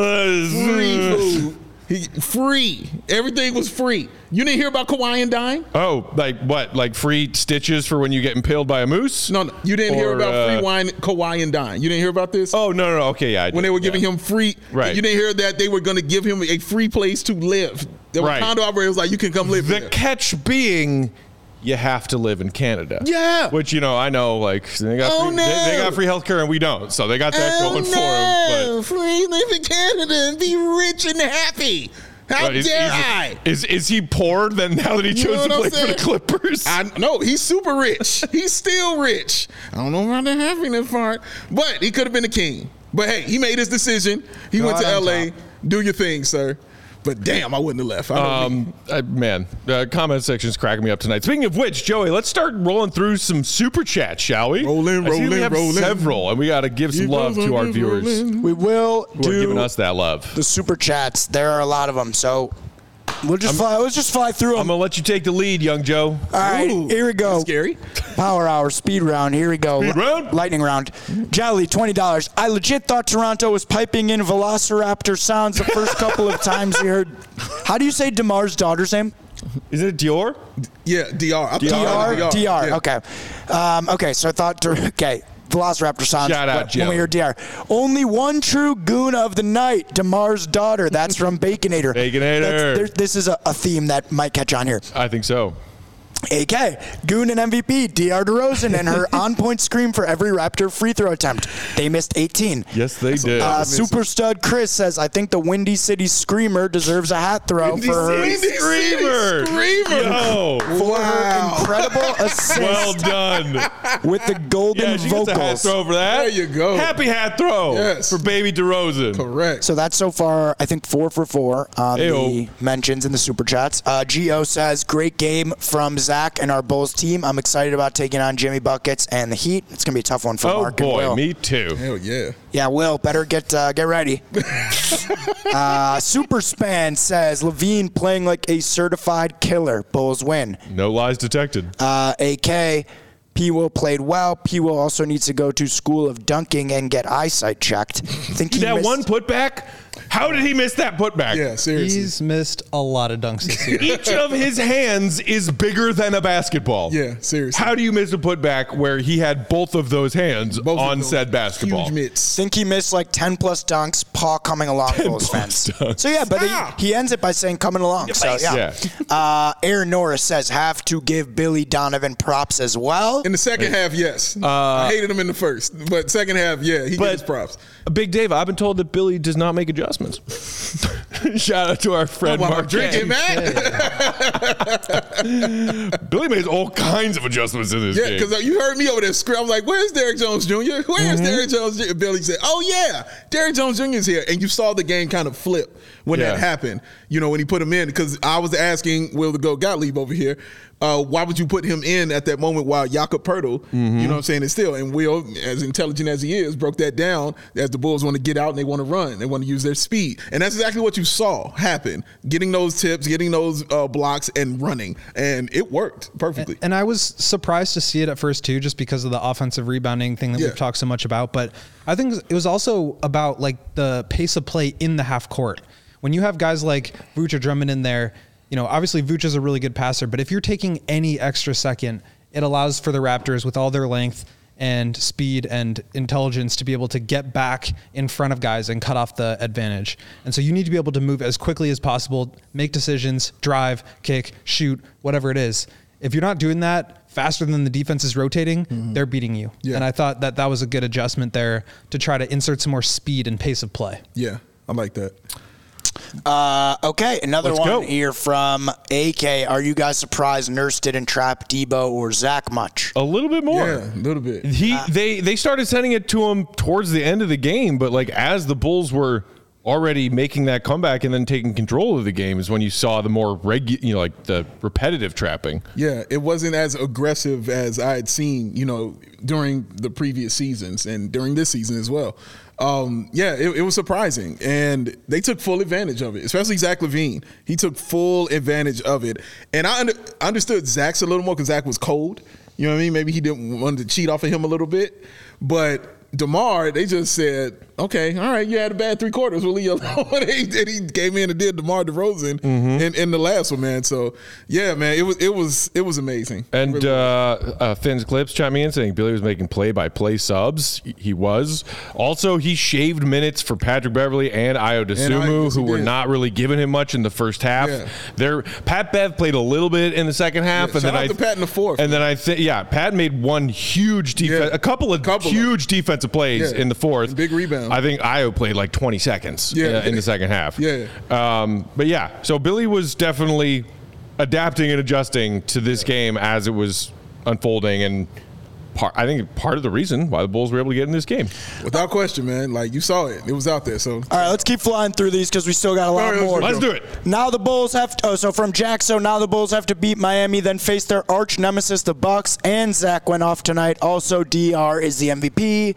free Uh, food. He, free. Everything was free. You didn't hear about Kawhi and dying? oh, like what? Like free stitches for when you get impaled by a moose? No, no. You didn't hear Or, about uh, free wine, Kawhi and dying. You didn't hear about this? Oh no, no, no. Okay, yeah. I when did, they were yeah. giving him free. Right. You didn't hear that they were going to give him a free place to live. The Right. condo operator was like, "You can come live The here." catch being you have to live in Canada. Yeah. Which, you know, I know, like, they got, Oh, free, they, they no. got free healthcare and we don't. So they got that oh going no! for them. Free live in Canada and be rich and happy. How but is, dare is- I? Is, is he poor then now that he You chose know to play what for I'm the Clippers? I know he's super rich. he's still rich. I don't know about the happiness part, but he could have been a king. But hey, he made his decision. He went God, to I'm LA. Do your thing, sir. But damn, I wouldn't have left. I don't mean- Um, I, man, uh, comment section's cracking me up tonight. Speaking of which, Joey, let's start rolling through some super chats, shall we? Rolling, I see we rolling, have rolling. Several, and we got to give some Keep love on to our rolling. viewers who We will are do giving us that love. the super chats. There are a lot of them, so we'll just fly. Let's just fly through I'm them. gonna let you take the lead, young Joe. All right, Ooh, here we go. Scary. Power hour speed round. Here we go. Speed Li- round? Lightning round. Jolly twenty dollars. I legit thought Toronto was piping in Velociraptor sounds the first couple of times we heard. How do you say Demar's daughter's name? Is it Dior? yeah, DR. I'm Dr. talking Dr. about Yeah. Okay. Um, okay. So I thought. Okay. Velociraptor sounds. Shout out, but when we Joe. heard Dr. Only one true goon of the night, Demar's daughter. That's from Baconator. Baconator. That's- there- this is a, a theme that might catch on here. I think so. AK, Goon and MVP, DR DeRozan, and her on point scream for every Raptor free throw attempt. They missed 18. Yes, they did. Uh, super stud Chris says, I think the Windy City Screamer deserves a hat throw for her, Windy City Screamer. Screamer. Yo. for her incredible assist Well done. with the golden Yeah, she gets a hat vocals. throw for that. There you go. Happy hat throw Yes. for baby DeRozan. Correct. So that's so far, I think, four for four on the Ayo. mentions in the super chats. Uh, Geo says, Great game from Zach and our Bulls team. I'm excited about taking on Jimmy Buckets and the Heat. It's going to be a tough one for Oh Mark and boy, Will. me too. Hell yeah. Yeah, Will, better get uh, get ready. uh, Superspan says Levine playing like a certified killer. Bulls win. No lies detected. Uh, AK P Will played well. P Will also needs to go to school of dunking and get eyesight checked. I think he that missed- one putback How did he miss that putback? Yeah, seriously. He's missed a lot of dunks this year. Each of his hands is bigger than a basketball. Yeah, seriously. How do you miss a putback where he had both of those hands Both of on those said basketball? Huge mitts. Think he missed like 10 plus dunks, Paul coming along goes plus fence. dunks. So yeah, but Ah! he, he ends it by saying coming along. So yeah. Uh, Aaron Norris says have to give Billy Donovan props as well. In the second half, yes. I hated him in the first, but second half, yeah, he Uh, But- gets props. Big Dave, I've been told that Billy does not make adjustments. Shout out to our friend While I'm Mark. drinking, man. Billy made all kinds of adjustments in this Yeah, game. Mm-hmm. because you heard me over there scream. I'm like, "Where's Derrick Jones Jr.? Where's Derrick Jones?" Jr.? Billy said, "Oh yeah, Derrick Jones Jr. is here." And you saw the game kind of flip when Yeah. that happened. You know, when he put him in, because I was asking Will to go Gottlieb over here, uh, why would you put him in at that moment while Jakob Pertl, Mm-hmm. you know, what I'm saying, is still. And Will, as intelligent as he is, broke that down as the Bulls want to get out and they want to run, they want to use their speed, and that's exactly what you saw happen: getting those tips, getting those uh, blocks, and running, and it worked perfectly. And I was surprised to see it at first too, just because of the offensive rebounding thing that Yeah. we've talked so much about. But I think it was also about like the pace of play in the half court. When you have guys like Vooch or Drummond in there, you know, obviously Vooch is a really good passer, but if you're taking any extra second, it allows for the Raptors with all their length and speed and intelligence to be able to get back in front of guys and cut off the advantage. And so you need to be able to move as quickly as possible, make decisions, drive, kick, shoot, whatever it is if you're not doing that faster than the defense is rotating, they're beating you. Yeah. And I thought that that was a good adjustment there to try to insert some more speed and pace of play. Yeah, I like that. Okay, another Let's one go. here from AK. Are you guys surprised Nurse didn't trap Debo or Zach much? a little bit more. Yeah, Ah. a little bit. He they they started sending it to him towards the end of the game, but like as the Bulls were already making that comeback and then taking control of the game is when you saw the more regu- you know like the repetitive trapping. Yeah, it wasn't as aggressive as I had seen, you know, during the previous seasons and during this season as well. Um, yeah, it, it was surprising, and they took full advantage of it, especially Zach Levine. He took full advantage of it, and I under, I understood Zach's a little more because Zach was cold. You know what I mean? Maybe he didn't want to cheat off of him a little bit, but. Demar, they just said, "Okay, all right, you had a bad three quarters. We'll leave you alone." and, he, and he came in and did Demar Derozan Mm-hmm. in, in the last one, man. So, yeah, man, it was it was it was amazing. And uh, uh, Finn's clips chiming in saying Billy was making play-by-play subs. He was also he shaved minutes for Patrick Beverly and Io DeSumo, yes, he who were did. not really giving him much in the first half. Yeah. There, Pat Bev played a little bit in the second half, and Yeah, shout then out I to Pat in the fourth. And then I think yeah, Pat made one huge defense, Yeah. a couple of Couple of- huge defensive plays Yeah. in the fourth, And big rebound. I think Io played like 20 seconds Yeah. uh, in the second half. Yeah. Um, but yeah, so Billy was definitely adapting and adjusting to this game as it was unfolding, and part, I think part of the reason why the Bulls were able to get in this game. without question, man, like you saw it, it was out there. So, All right, let's keep flying through these because we still got a lot All right, let's more. go. Let's do it. Now the Bulls have to, oh, so from Jack. So now the Bulls have to beat Miami, then face their arch nemesis, the Bucks. And Zach went off tonight. Also, Dr is the MVP.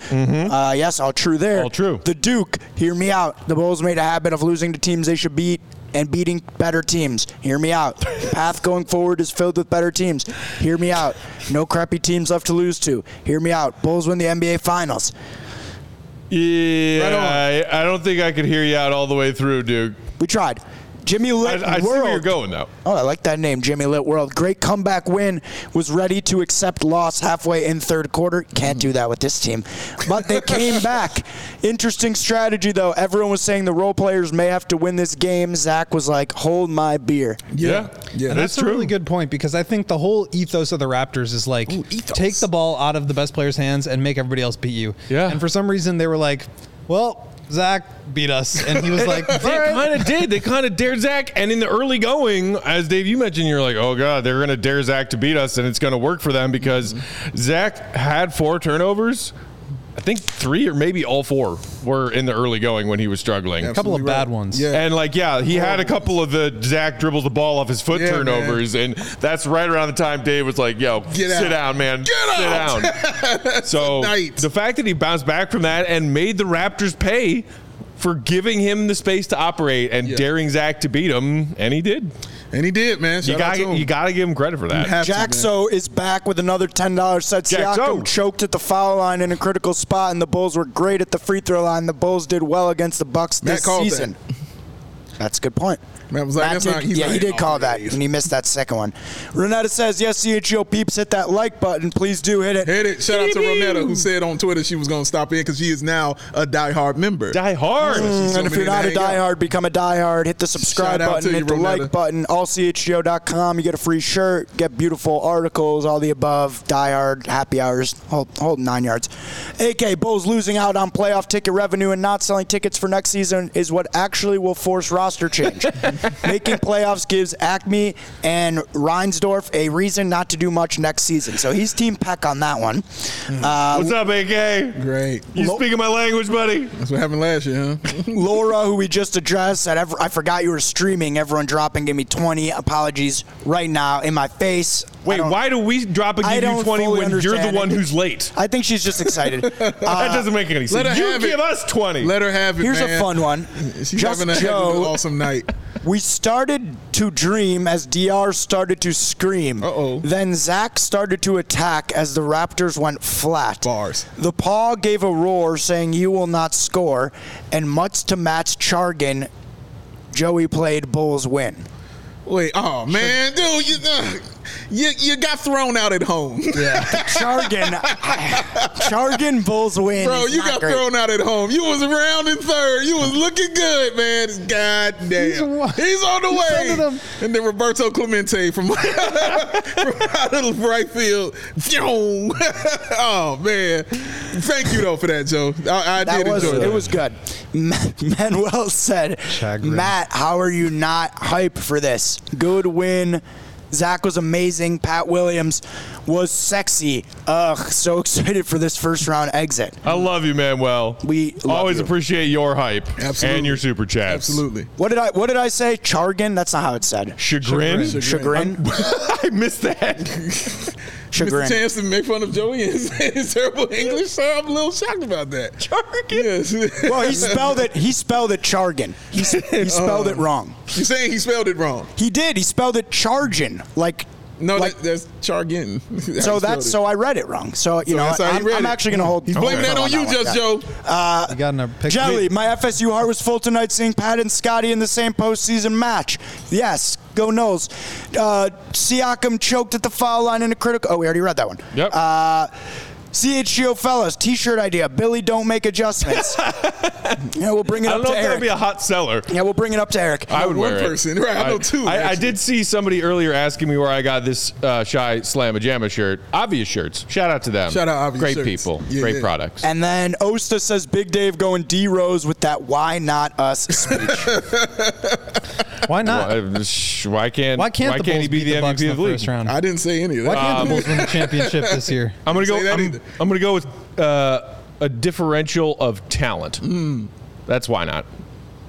Uh, yes, all true there. Mm-hmm. All true. The Duke. Hear me out. The Bulls made a habit of losing to teams they should beat. And beating better teams. Hear me out. The path going forward is filled with better teams. Hear me out. No crappy teams left to lose to. Hear me out. Bulls win the NBA Finals. Yeah, Right on. I, I don't think I could hear you out all the way through, Duke. We tried. Jimmy I, Litt I see where you're World going though. Oh, I like that name, Jimmy Lit World. Great comeback win. Was ready to accept loss halfway in third quarter. Can't do that with this team. But they came back. Interesting strategy, though. Everyone was saying the role players may have to win this game. Zach was like, hold my beer. Yeah, Yeah. yeah, And that's That's a true. really good point because I think the whole ethos of the Raptors is like take the ball out of the best player's hands and make everybody else beat you. Yeah. And for some reason they were like, well, Zach beat us, and he was like, They "All right." kind of did. They kind of dared Zach. And in the early going, as Dave, you mentioned, you're like, oh, God, they're going to dare Zach to beat us, and it's going to work for them because Mm-hmm. Zach had four turnovers. I think three or maybe all four were in the early going when he was struggling. A couple of Absolutely bad right. ones. Yeah. And like, yeah, he had a couple of the Zach dribbles the ball off his foot Yeah, turnovers, and that's right around the time Dave was like, "Yo, Get sit out. down, man, Get sit out." down." so tonight. the fact that he bounced back from that and made the Raptors pay for giving him the space to operate and Yeah. daring Zach to beat him, and he did. And he did, man. You Shout out got to him. you got to give him credit for that. have to, man. Jaxo is back with another ten dollars set. Jaxo. Siakam choked at the foul line in a critical spot, and the Bulls were great at the free throw line. The Bulls did well against the Bucks Matt this called that. season. That's a good point. Matt was like, "That's did- not- he's yeah, not he in did all call that, these." and he missed that second one. Renata says, "Yes, CHGO peeps, hit that like button, please do hit it." Hit it. Shout out to Ronetta who said on Twitter she was going to stop in because she is now a diehard member. Die hard. She's so and if many you're not to a hang out. diehard, become a diehard. Hit the subscribe Shout out button, to hit you, the Ronetta. like button, allchgo.com. You get a free shirt, get beautiful articles, all the above, diehard, happy hours, whole, whole nine yards. AK Bulls losing out on playoff ticket revenue and not selling tickets for next season is what actually will force roster change. Making playoffs gives Acme and Reinsdorf a reason not to do much next season. So he's team Peck on that one. Mm-hmm. Uh, What's up, AK? Great. You speaking my language, buddy? That's what happened last year, huh? Laura, who we just addressed, said, "Ever- I forgot you were streaming. Everyone dropping, give me 20. Apologies right now in my face. I Wait, don't- why do we drop and I give you don't twenty fully when you're the understand one it. who's late? I think she's just excited. Uh, that doesn't make any let her sense. You have give it. us twenty. Let her have it. here's a man. fun one. She's just having a hell of an Joe, awesome night. we started to dream as DR started to scream. Uh-oh. Then Zach started to attack as the Raptors went flat. Bars. The paw gave a roar saying, You will not score. And much to Matt's Chargan, Joey played Bulls win. Wait, oh man, dude, you, uh, you you got thrown out at home, Chargan, Chargan Bulls win. bro. is You not got great. thrown out at home. You was around in third. You was looking good, man. God damn, he's, He's wa- on the he's sending way. him. And then Roberto Clemente from, from out of right field. Phew. oh man, thank you though for that, Joe. I, I That did was enjoy that. it. Was good. Ma- Manuel said, Chagrin. "Matt, how are you not hype for this? Good win. Zach was amazing. Pat Williams was sexy. Ugh, so excited for this first round exit. I love you, Manuel. We love always you. appreciate your hype Absolutely. and your super chats. absolutely. What did I? What did I say? Chargan? That's not how it's said. Chagrin. Chagrin. I missed that. Chagrin. Mr. Chance to make fun of Joey and his, his terrible English, so I'm a little shocked about that. Yes. Well, he spelled it. He spelled it Chargan. He, s- he Oh. spelled it wrong. You're saying he spelled it wrong. He did. He spelled it Chargin. Like No, like, that, that's Chargin. So that's so I read it wrong. So you So know, that's how he I'm, read I'm it. actually gonna hold. He's blaming hold that on you, one, Just yeah. Joe. You got in a picture. Jelly, my FSU heart was full tonight seeing Pat and Scotty in the same postseason match. Yes, go Knowles. Uh, Siakam choked at the foul line in a critical. Oh, we already read that one. Yep. Uh, CHGO fellas, T-shirt idea. Billy, don't make adjustments. yeah, we'll bring it I Uh, up don't know to if that'd Eric. be a hot seller. yeah, we'll bring it up to Eric. I would one wear it. person. Right, I know two, I, I actually. did see somebody earlier asking me where I got this uh, shy slamma jamma shirt. Obvious shirts. Shout out to them. Shout out Obvious Great Shirts. people. Yeah, Great yeah. products. and then Osta says, "Big Dave going D Rose with that why not us speech." Why not? Why- sh- why can't Why can't the Bulls he be beat the, the, MVP of Bucks in the the league? first round? Um, I didn't say any of Why that. Uh, can't the Bulls win the championship this year? I'm gonna go. Say that I'm, either. I'm gonna go with uh, a differential of talent. Hmm. That's why not.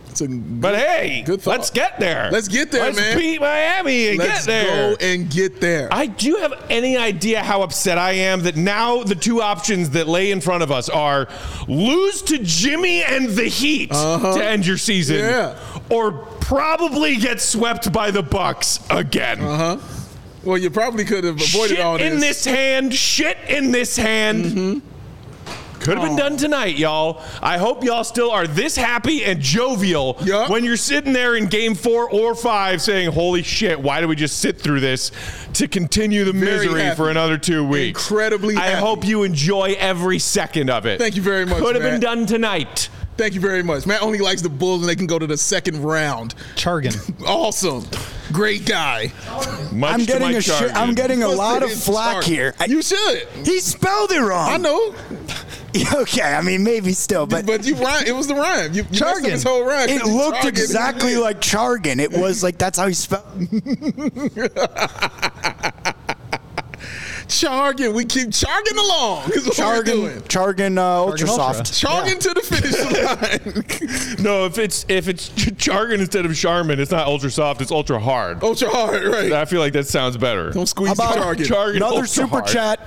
It's a good- But hey, Good thought. let's get there. Let's get there, let's man. beat Miami and Let's get there. go and get there. I do you have any idea how upset I am that now the two options that lay in front of us are lose to Jimmy and the Heat to end your season, Uh-huh. Yeah. or probably get swept by the Bucks again. Uh-huh. well, you probably could have avoided Shit all this. Mm-hmm. in this hand, shit in this hand. Could have been done tonight, y'all. I hope y'all still are this happy and jovial Yup. when you're sitting there in game four or five saying, Holy shit, why did we just sit through this to continue the Very misery happy. for another two weeks? Incredibly I happy. hope you enjoy every second of it. Thank you very much, Could have been Matt. done tonight. Thank you very much. Matt only likes the Bulls, and they can go to the second round. Chargan. Awesome, great guy. Much I'm to getting my a shi- chagrin. I'm getting a lot of It's flack hard. here. I- You should. He spelled it wrong. I know, Okay, I mean maybe still, but, but, you rhyme. It was the rhyme. You, you messed up Jargon. this whole rhyme. it looked exactly like Chargan. It was like that's how he spelled. Charging. We keep charging along. Is what We're Chargan, doing. Chargan uh, Ultra Ultra. Soft. Charging to the finish line. no, if it's if it's jargon instead of Charmin, it's not ultra soft, it's ultra hard. Ultra hard, right? I feel like that sounds better. Oh. Don't squeeze the How about target. Char- Chargan another Ultra super Hard. chat?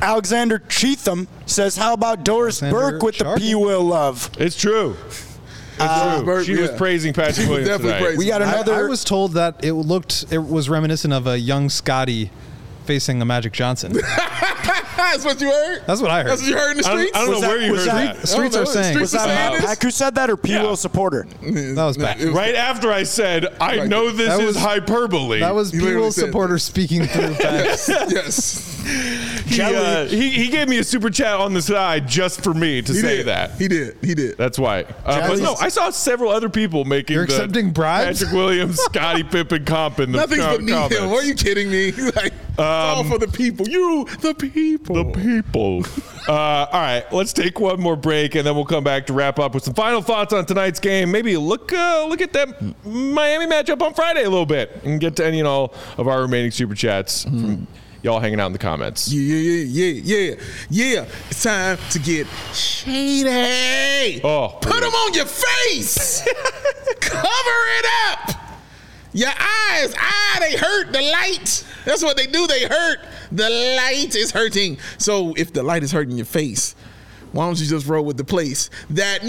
Alexander Cheatham says, "How about Doris Alexander Burke with the Chargan. P will love? It's true. Bird, she was Uh, yeah. praising Patrick She was Williams definitely tonight. praising We got I, another. I was told that it looked it was reminiscent of a young Scotty facing a Magic Johnson. That's what you heard. That's what I heard. That's what you heard in the I don't, streets. I don't know Was that- where you was heard that- that. The streets I are don't know, the saying streets was that saying Bob this? Peck Uh, who said that or P. Yeah. Will supporter? that was back. Right after I said, I Right. know this That is was- hyperbole. That was You literally Peel's said- supporter speaking through facts. yes. he, uh, he, he gave me a super chat on the side just for me to He say did. that. He did. He did. That's why. Uh, but Jolly's- no, I saw several other people making. You're the accepting bribes? Patrick Williams, Scotty Pippen comp in the Nothing's co- beneath comments. him. Are you kidding me? Like, it's all Um, for the people. You, the people. The people. uh, all right, let's take one more break, and then we'll come back to wrap up with some final thoughts on tonight's game. Maybe look uh, look at that Miami matchup on Friday a little bit, and get to any and all of our remaining super chats Hmm. from y'all hanging out in the comments. Yeah, yeah, yeah, yeah, yeah. It's time to get shady. Oh, put them on your face. Cover it up. Your eyes, ah, they hurt the light. That's what they do. They hurt. The light is hurting. So if the light is hurting your face, why don't you just roll with the place that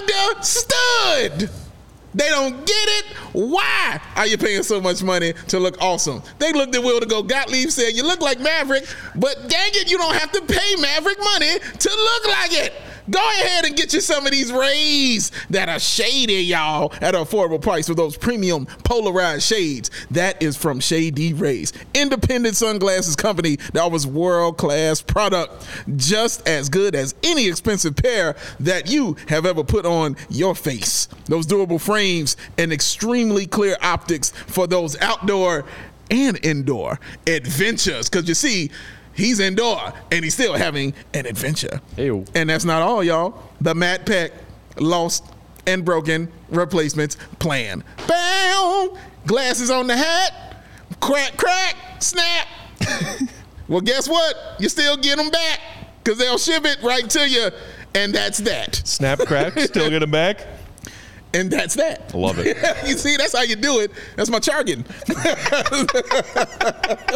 never understood? They don't get it. Why are you paying so much money to look awesome? They looked at Will to go. Gottlieb said, You look like Maverick, but dang it, you don't have to pay Maverick money to look like it. Go ahead and get you some of these rays that are shady, y'all, at an affordable price with those premium polarized shades. That is from Shady Rays, independent sunglasses company that offers world class product, just as good as any expensive pair that you have ever put on your face. Those durable frames and extremely clear optics for those outdoor and indoor adventures. Because you see, he's indoor and he's still having an adventure. Ew. And that's not all, y'all. The Matt Peck lost and broken replacements plan. Bam! Glasses on the hat. Crack, crack, snap. well, guess what? You still get them back because they'll ship it right to you. And that's that. Snap crack, still get him back. And that's that. Love it. you see, that's how you do it. That's my jargon.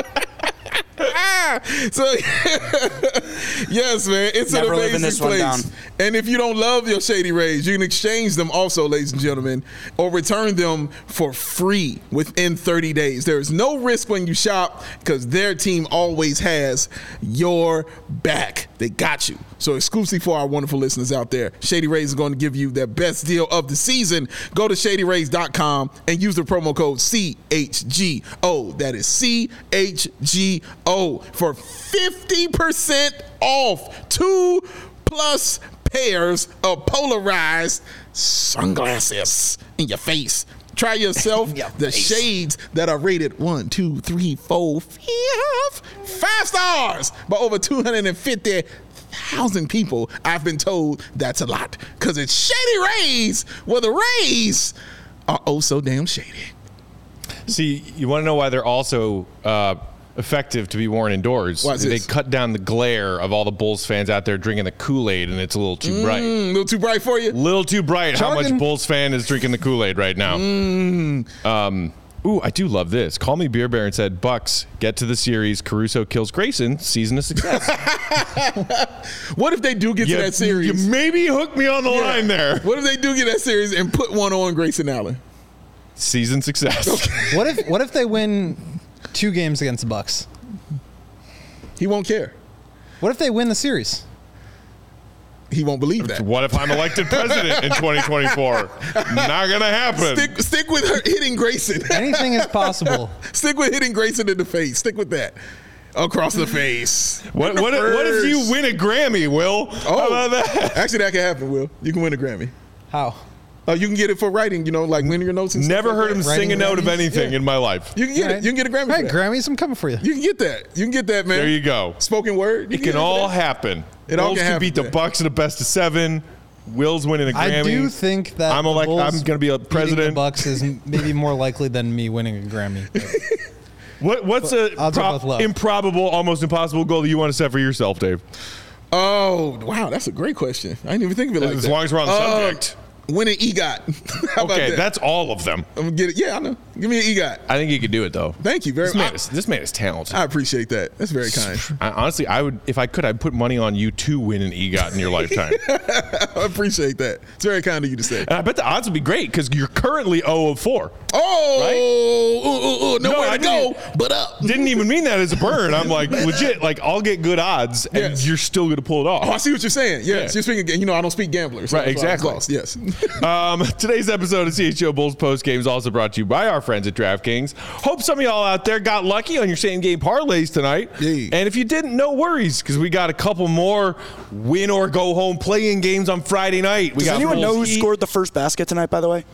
Ah! so, yes, man, it's Never an living amazing this one place. down. And if you don't love your Shady Rays, you can exchange them also, ladies and gentlemen, or return them for free within 30 days. There is no risk when you shop because their team always has your back. They got you. So, exclusively for our wonderful listeners out there, Shady Rays is going to give you their best deal of the season. Go to shadyrays.com and use the promo code CHGO. That is CHGO for 50% off. Two plus pairs of polarized sunglasses in your face. Try yourself the shades that are rated one, two, three, four, five, five stars by over 250,000 people. I've been told that's a lot because it's shady rays where the rays are oh so damn shady. See, you want to know why they're also uh, effective to be worn indoors? Why is they this? cut down the glare of all the Bulls fans out there drinking the Kool Aid, and it's a little too Hmm, A bright. little too bright for you? Little too bright. How much Jargon. Bulls fan is drinking the Kool Aid right now? Mm. Um, ooh, I do love this. Call me Beer Baron said, "Bucks get to the series. Caruso kills Grayson. Season of success." What if they do get You- to that series? you maybe hooked me on the line there. What if they do get that series and put one on Grayson Allen? Season success. what if what if they win two games against the Bucks? He won't care. What if they win the series? He won't believe that. What if I'm elected president in 2024? Not gonna happen. Stick, stick with her hitting Grayson. Anything is possible. stick with hitting Grayson in the face. Stick with that. Across the face. What, what, if, what if you win a Grammy, Will? Oh, How about that? actually, that can happen. Will you can win a Grammy? How? Oh, you can get it for writing. You know, like winning your notes. And stuff Never like heard that. him sing a Writing note of Grammys? anything in my life. You can get Alright. it. You can get a Grammy. All for right, that. Grammys, I'm coming for you. You can get that. You can get that, man. There you go. Spoken word. You It can get all for that. happen. It all Bulls can could happen, beat the yeah. Bucks in a best of seven. Will's winning a Grammy. I do think that I'm the elect- Bulls I'm gonna be a beating The president. Bucks is m- maybe more likely than me winning a Grammy. What, what's a Odds are pro- both low. improbable, almost impossible goal that you want to set for yourself, Dave? Oh wow, that's a great question. I didn't even think of it like as that. long as we're on the Uh, subject. Win an EGOT. How about Okay, that? that's all of them. I'm gonna get it. Yeah, I know. Give me an EGOT. I think you could do it though. Thank you very This man I- is, this man is talented. I appreciate that. That's very kind. I, honestly, I would if I could, I'd put money on you to win an EGOT in your lifetime. I appreciate that. It's very kind of you to say. And I bet the odds would be great because you're currently 0 of 4. Oh, ooh, ooh, ooh, nowhere I to go didn't- but up. Didn't even mean that as a burn. I'm like, legit, like, I'll get good odds and Yes. you're still going to pull it off. Oh, I see what you're saying. Yes, Yeah. you're speaking. You know, I don't speak gamblers. Right, exactly. Lost. Yes. Um, today's episode of CHO Bulls Post Game is also brought to you by our friends at DraftKings. Hope some of y'all out there got lucky on your same game parlays tonight. Yeah. And if you didn't, no worries because we got a couple more win or go home playing games on Friday night. We Does got anyone know who Bulls Heat. scored the first basket tonight, by the way?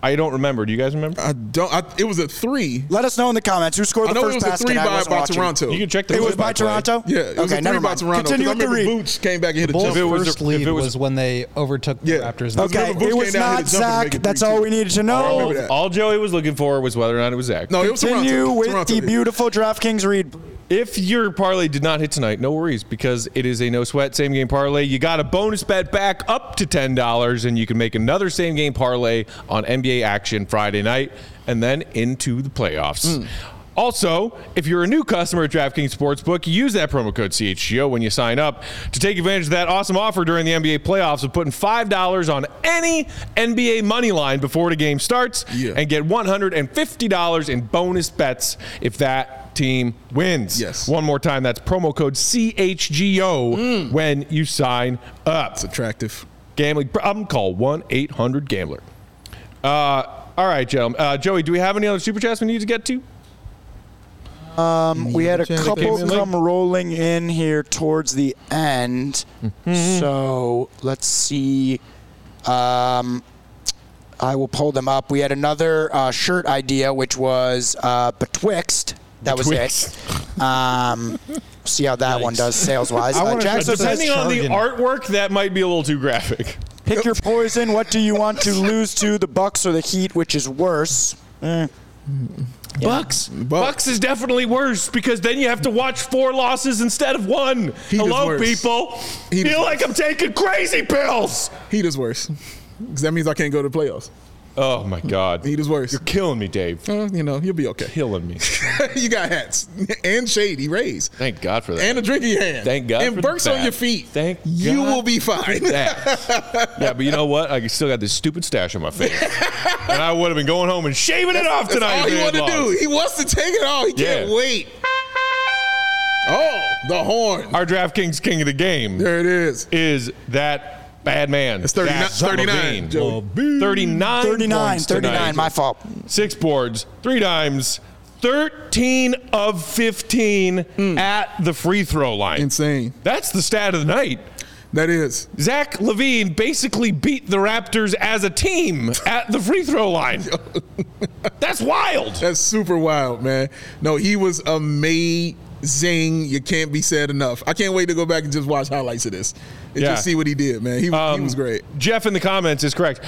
I don't remember. Do you guys Uh, remember? I don't. I, it was a three. Let us know in the comments who scored I the know it first was a basket. three I by, wasn't by watching. Toronto. you can check the It was by play-by-play. Toronto? Yeah, it was okay, a three never by mind. Toronto. 'cause Continue I with the remember read. Booch came back and hit a Bulls' it jumper. was- first if lead it was, was- when they overtook the Yeah. Raptors. Okay. Okay, Remember Booch it came was down, hit not a jumper, Zach. make it That's 3-2. all we needed to know. remember All, that. all Joey was looking for was whether or not it was Zach. No, it was Toronto. Continue with Toronto the did. beautiful DraftKings read. If your parlay did not hit tonight, no worries because it is a no sweat same game parlay. You got a bonus bet back up to $10 and you can make another same game parlay on NBA action Friday night and then into the playoffs. Also, if you're a new customer at DraftKings Sportsbook, use that promo code CHGO when you sign up to take advantage of that awesome offer during the NBA playoffs of putting $5 on any NBA money line before the game starts Yeah. and get $150 in bonus bets if that team wins. Yes. One more time, that's promo code CHGO Mm. when you sign up. It's attractive. Gambling problem, call 1 800 Gambler. Uh, all right, gentlemen. Uh, Joey, do we have any other super chats we need to get to? We had a Chandler came couple in late. come rolling in here towards the end. So let's see. Um, I will pull them up. We had another uh, shirt idea, which was uh, Betwixt. That was it. Um, see how that one does sales wise. I Uh, wanna Jackson try says, Depending on the Charging. artwork, that might be a little too graphic. pick your poison. What do you want to lose to, the Bucks or the Heat, which is worse? Bucks. Bucks is definitely worse because then you have to watch four losses instead of one. Heat is Hello, worse. people. Heat is Feel like I'm taking crazy pills. Heat is worse. 'Cause that means I can't go to the playoffs. Oh my God. Heat is worse. You're killing me, Dave. Uh, you know, you'll be okay. Killing me. you got hats and shady rays. Thank God for that. And a drink in your hand. Thank God And for Burks on that. your feet. Thank You God will be fine. that. yeah, but you know what? I still got this stupid stash on my face, and I would have been going home and shaving it off That's tonight. all if he they had wanted to lost. do. He wants to take it all. He can't Yeah. wait. Oh, the horn. Our DraftKings king of the game There it is. is that bad man. It's 39 Zach 39, Levine. Joey. 39. 39, points tonight. 39, my fault. Six boards, three dimes, 13 of 15 Hmm. at the free throw line. Insane. That's the stat of the night. That is. Zach Levine basically beat the Raptors as a team at the free throw line. That's wild. That's super wild, man. No, he was amazing. You can't be said enough. I can't wait to go back and just watch highlights of this and Yeah. just see what he did, man. He, he Um, was great. Jeff in the comments is correct.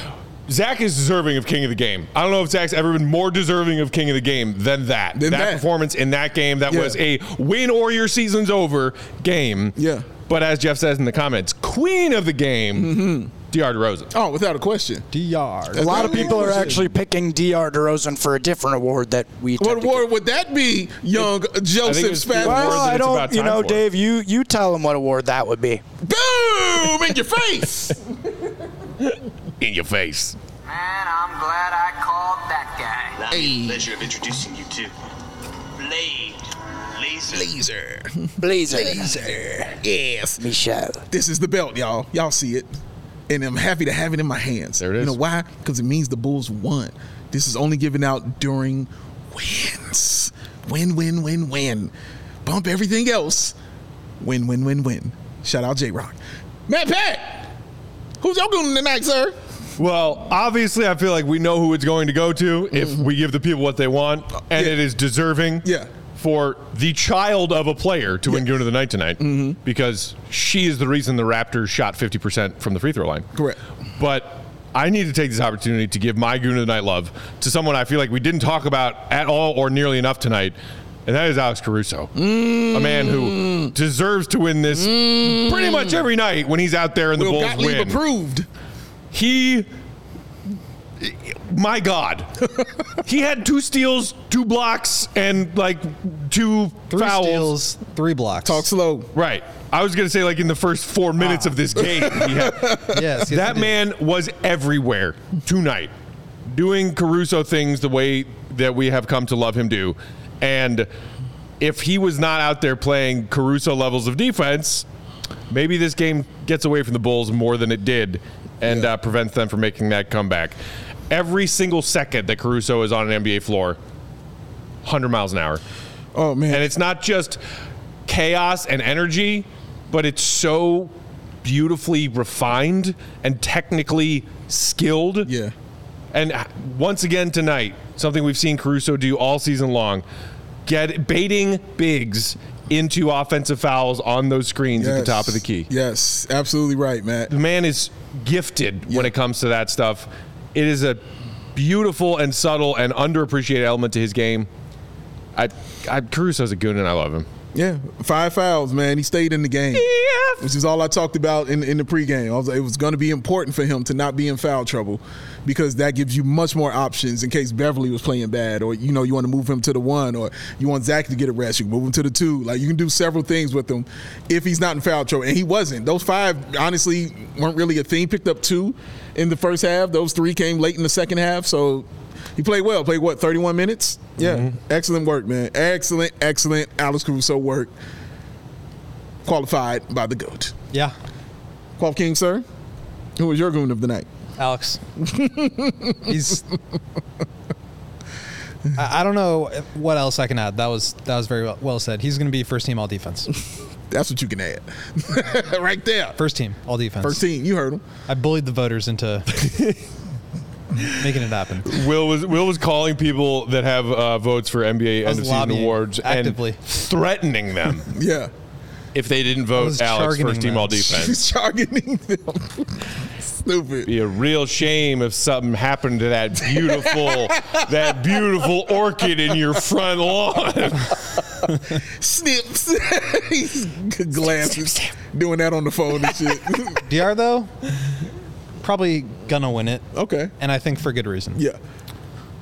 Zach is deserving of King of the Game. I don't know if Zach's ever been more deserving of King of the Game than that. Than that, that. performance in that game that Yeah. was a win or your season's over game. Yeah. But as Jeff says in the comments, queen of the game, Mm-hmm. DR DeRozan. Oh, without a question. DR. A lot of people are Shit. actually picking DR DeRozan for a different award that we. What technically- award would that be, young Joseph it's- Spatz? Wow. Well, that I it's don't. about You time know, for. Dave, you you tell him what award that would be. Boom! In your face! In your face. And I'm glad I called that guy. Allow me the pleasure of introducing you to Blade Laser. Laser. Blazer, Laser. Yes. Michelle. This is the belt, y'all. Y'all see it. And I'm happy to have it in my hands. There it You is. know why? Because it means the Bulls won. This is only given out during wins. Win, win, win, win. Bump everything else. Win, win, win, win. Shout out J Rock. Matt Pat! Who's your gooning tonight, sir? Well, obviously, I feel like we know who it's going to go to if we give the people what they want, and Mm-hmm. yeah. it is deserving Yeah. for the child of a player to win Goon of the Night tonight Mm-hmm. because she is the reason the Raptors shot 50% from the free throw line. Correct. But I need to take this opportunity to give my Goon of the Night love to someone I feel like we didn't talk about at all or nearly enough tonight. And that is Alex Caruso, a man who Mm. deserves to win this pretty much every night when he's out there and the Will Bulls Gottlieb win approved. he my God. he had two steals, two blocks, and like two Three fouls. steals, three blocks. Talk slow. Right. I was going to say, like, in the first four minutes Ah. of this game, he had, Yes, yes, that he did. man was everywhere tonight, doing Caruso things the way that we have come to love him do. And if he was not out there playing Caruso levels of defense, maybe this game gets away from the Bulls more than it did and uh, prevents them from making that comeback. Every single second that Caruso is on an NBA floor, 100 miles an hour. Oh man. And it's not just chaos and energy, but it's so beautifully refined and technically skilled. Yeah. And uh, once again tonight, something we've seen Caruso do all season long, get baiting bigs into offensive fouls on those screens at the Yes. top of the key. Yes, absolutely right, Matt. The man is gifted when it comes to that stuff. It is a beautiful and subtle and underappreciated element to his game. I, I Caruso's a goon and I love him. Yeah, five fouls, man. He stayed in the game, which is all I talked about in, in the pregame. I was, it was going to be important for him to not be in foul trouble because that gives you much more options in case Beverly was playing bad, or you know you want to move him to the one, or you want Zach to get a rest, you can move him to the two. Like you can do several things with him if he's not in foul trouble, and he wasn't. Those five honestly weren't really a thing. He picked up two in the first half. Those three came late in the second half, so he played well. Played what, 31 minutes? Yeah. Excellent work, man. Excellent, excellent Alex Caruso work. Qualified by the GOAT. Yeah, Qual King, sir, who was your goon of the night? Alex. He's. I, I don't know what else I can add. That was that was very well, well said. He's going to be first team all defense. That's what you can add. right there. First team all defense. First team, you heard him. I bullied the voters into making it happen. Will was Will was calling people that have uh, votes for NBA I was end of season lobbying awards actively. and threatening them Yeah. if they didn't was vote Alex targeting first team them. all defense. He's targeting them. Stupid. Be a real shame if something happened to that beautiful that beautiful orchid in your front lawn. Snips. He's glasses. Doing that on the phone and shit. Dr. Though, probably gonna win it, okay. and I think for good reason. Yeah.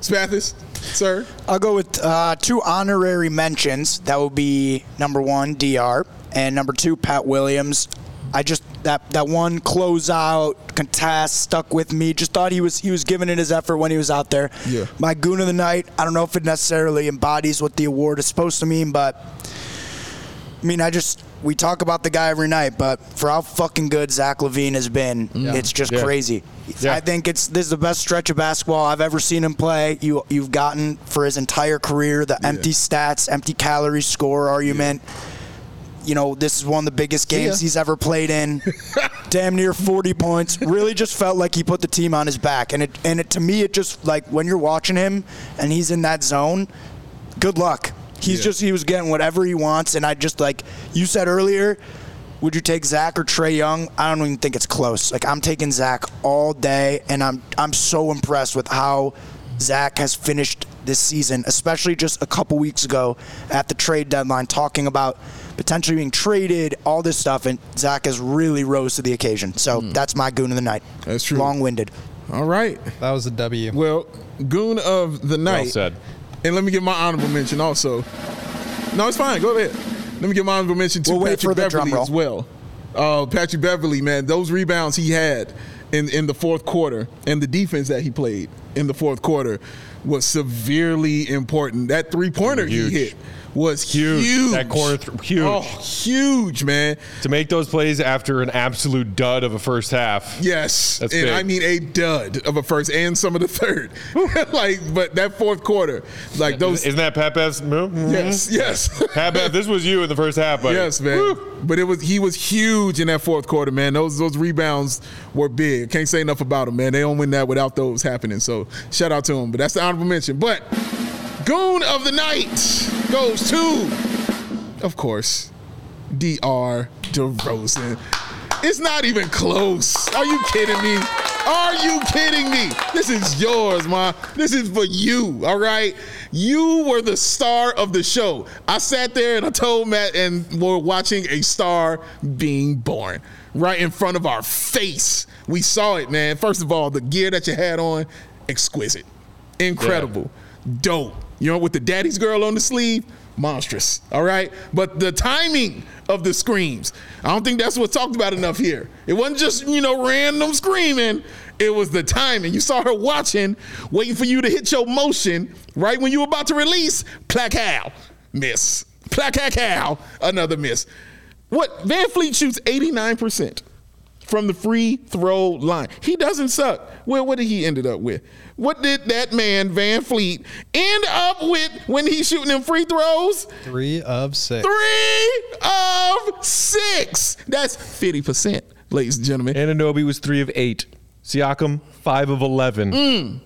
Spathis, sir. I'll go with uh, two honorary mentions. That would be number one, Dr. And number two, Pat Williams. I just that that one closeout contest stuck with me. Just thought he was he was giving it his effort when he was out there. Yeah. My goon of the night. I don't know if it necessarily embodies what the award is supposed to mean, but I mean, I just we talk about the guy every night, but for how fucking good Zach Levine has been, it's just Yeah. crazy. Yeah. I think it's this is the best stretch of basketball I've ever seen him play. You you've gotten for his entire career the empty stats, empty calories score argument. You know, this is one of the biggest games he's ever played in. Damn near 40 points. Really just felt like he put the team on his back. And it and it to me it just like when you're watching him and he's in that zone, good luck. He's Yeah. just he was getting whatever he wants, and I just like you said earlier. Would you take Zach or Trey Young? I don't even think it's close. Like I'm taking Zach all day, and I'm I'm so impressed with how Zach has finished this season, especially just a couple weeks ago at the trade deadline, talking about potentially being traded, all this stuff, and Zach has really rose to the occasion. So that's my goon of the night. Hmm. That's true. Long-winded. All right. That was a W. Well, goon of the night. said. And let me give my honorable mention also. No, it's fine. Go ahead. Let me give my honorable mention to We'll wait Patrick for the Beverly drum roll. as well. Uh, Patrick Beverly, man, those rebounds he had in in the fourth quarter and the defense that he played in the fourth quarter was severely important. That three pointer he Huge. hit was huge. Huge. That corner th- huge. Oh, huge, man. to make those plays after an absolute dud of a first half. Yes, That's and big. I mean a dud of a first and some of the third. like, but that fourth quarter, like those. Isn't that Pat Beth's move? Mm-hmm. yes, yes, Pat Beth, this was you in the first half, buddy. yes, man. But it was he was huge in that fourth quarter, man. Those those rebounds were big. Can't say enough about him, man. They don't win that without those happening. So shout out to him. But that's the honorable mention. But goon of the night goes to, of course, Dr. DeRozan. It's not even close. Are you kidding me? Are you kidding me? This is yours, ma. This is for you, all right? You were the star of the show. I sat there and I told Matt, and we're watching a star being born right in front of our face. We saw it, man. First of all, the gear that you had on, exquisite, incredible, dope. You know, with the daddy's girl on the sleeve, monstrous. All right, but the timing of the screams, I don't think that's what's talked about enough here. It wasn't just you know random screaming. It was the timing. You saw her watching, waiting for you to hit your motion right when you were about to release. Placow, miss. Placow, another miss. What Van Fleet shoots eighty nine percent from the free throw line. He doesn't suck. Well, what did he ended up with? What did that man Van Fleet end up with when he's shooting them free throws? Three of six. Three of six. That's fifty percent, ladies and gentlemen. Ananobi was three of eight. Siakam five of eleven. Mm.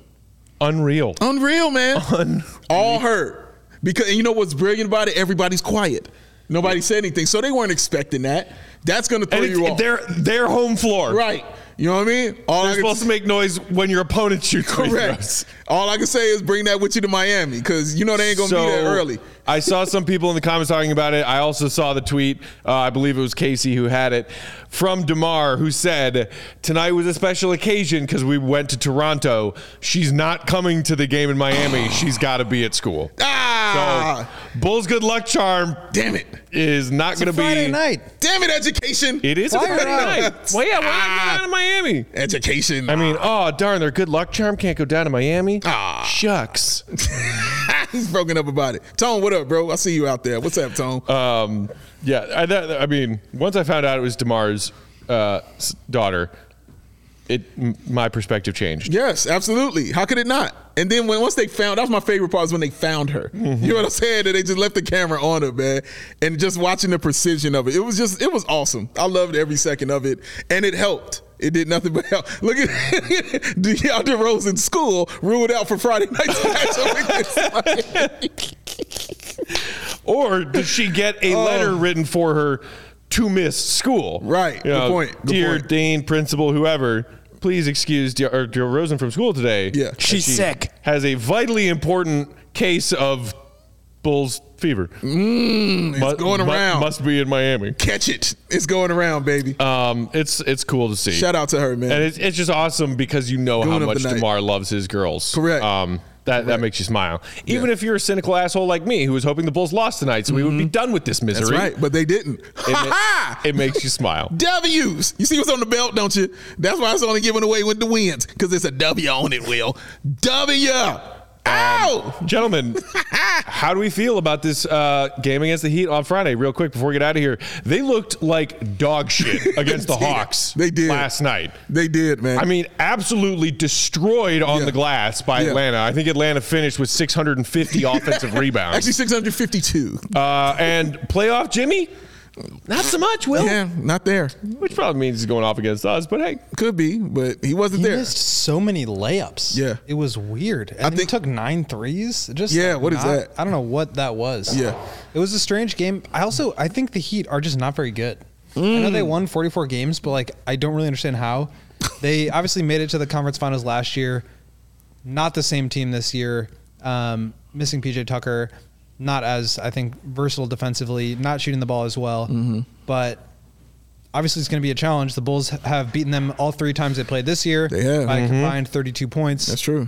Unreal. Unreal, man. All hurt. Because and you know what's brilliant about it? Everybody's quiet. Nobody said anything. So they weren't expecting that. That's gonna throw And you it's off. their their home floor. Right. You know what I mean? All They're I can supposed to make noise when your opponent shoots free throws. correct. All I can say is bring that with you to Miami because you know they ain't gonna be there early. I saw some people in the comments talking about it. I also saw the tweet. Uh, I believe it was Casey who had it from Demar, who said tonight was a special occasion because we went to Toronto. She's not coming to the game in Miami. She's got to be at school. Ah, So, Bulls good luck charm damn it, is not going to be Friday night. damn it, education. Ah, It is a Why Friday not? night. Well, yeah, why not go down to Miami? education. I mean, oh darn, their good luck charm can't go down to Miami. Ah. Shucks. he's broken up about it. Tone, what up, bro? I see you out there. What's up, Tone? Um, yeah, I, that, I mean, once I found out it was Demar's uh, s- daughter, it m- my perspective changed. Yes, absolutely. How could it not? And then when once they found, that was my favorite part is when they found her. You know what I'm saying? And they just left the camera on her, man, and just watching the precision of it. It was just, it was awesome. I loved every second of it, and it helped. It did nothing but help. Look at DeAndre Rose in school ruled out for Friday night. Or did she get a Oh. letter written for her to miss school? Right, good point, good Dear point. Dane, principal, whoever, please excuse De- or Dear Rosen from school today. Yeah. She's sick. Has a vitally important case of Bulls fever. Uh, it's going around. Must be in Miami. Catch it. It's going around, baby. Um, it's it's cool to see. Shout out to her, man. And it's, it's just awesome because you know Going how up much the night. DeMar loves his girls. Correct. Um, that, that makes you smile. Even if you're a cynical asshole like me who was hoping the Bulls lost tonight so we would be done with this misery. Mm-hmm. That's right, but they didn't. It, ha ma- ha! it makes you smile. W's. You see what's on the belt, don't you? That's why it's only given away with the wins, because it's a W on it, Will. W. Ow! Gentlemen, how do we feel about this uh, game against the Heat on Friday? Real quick before we get out of here, they looked like dog shit against the They did. Hawks. They did. last night. They did, man. I mean, absolutely destroyed on Yeah. the glass by Yeah. Atlanta. I think Atlanta finished with 650 offensive rebounds. actually 652. Uh, and playoff Jimmy? Not so much, Will. yeah, not there. Which probably means he's going off against us, but hey. Could be, but he wasn't He there. missed so many layups. Yeah. It was weird. And I then think- he took nine threes. Just Yeah, what what is is that? I don't know what that was. Yeah. It was a strange game. I also I think the Heat are just not very good. I know Mm. they won 44 games, but like I don't really understand how. They obviously made it to the conference finals last year. Not the same team this year. Um, missing PJ Tucker, not as I think versatile defensively, not shooting the ball as well. Mm-hmm. But obviously it's going to be a challenge. The Bulls have beaten them all three times they played this year. They have. by a combined 32 points. That's true.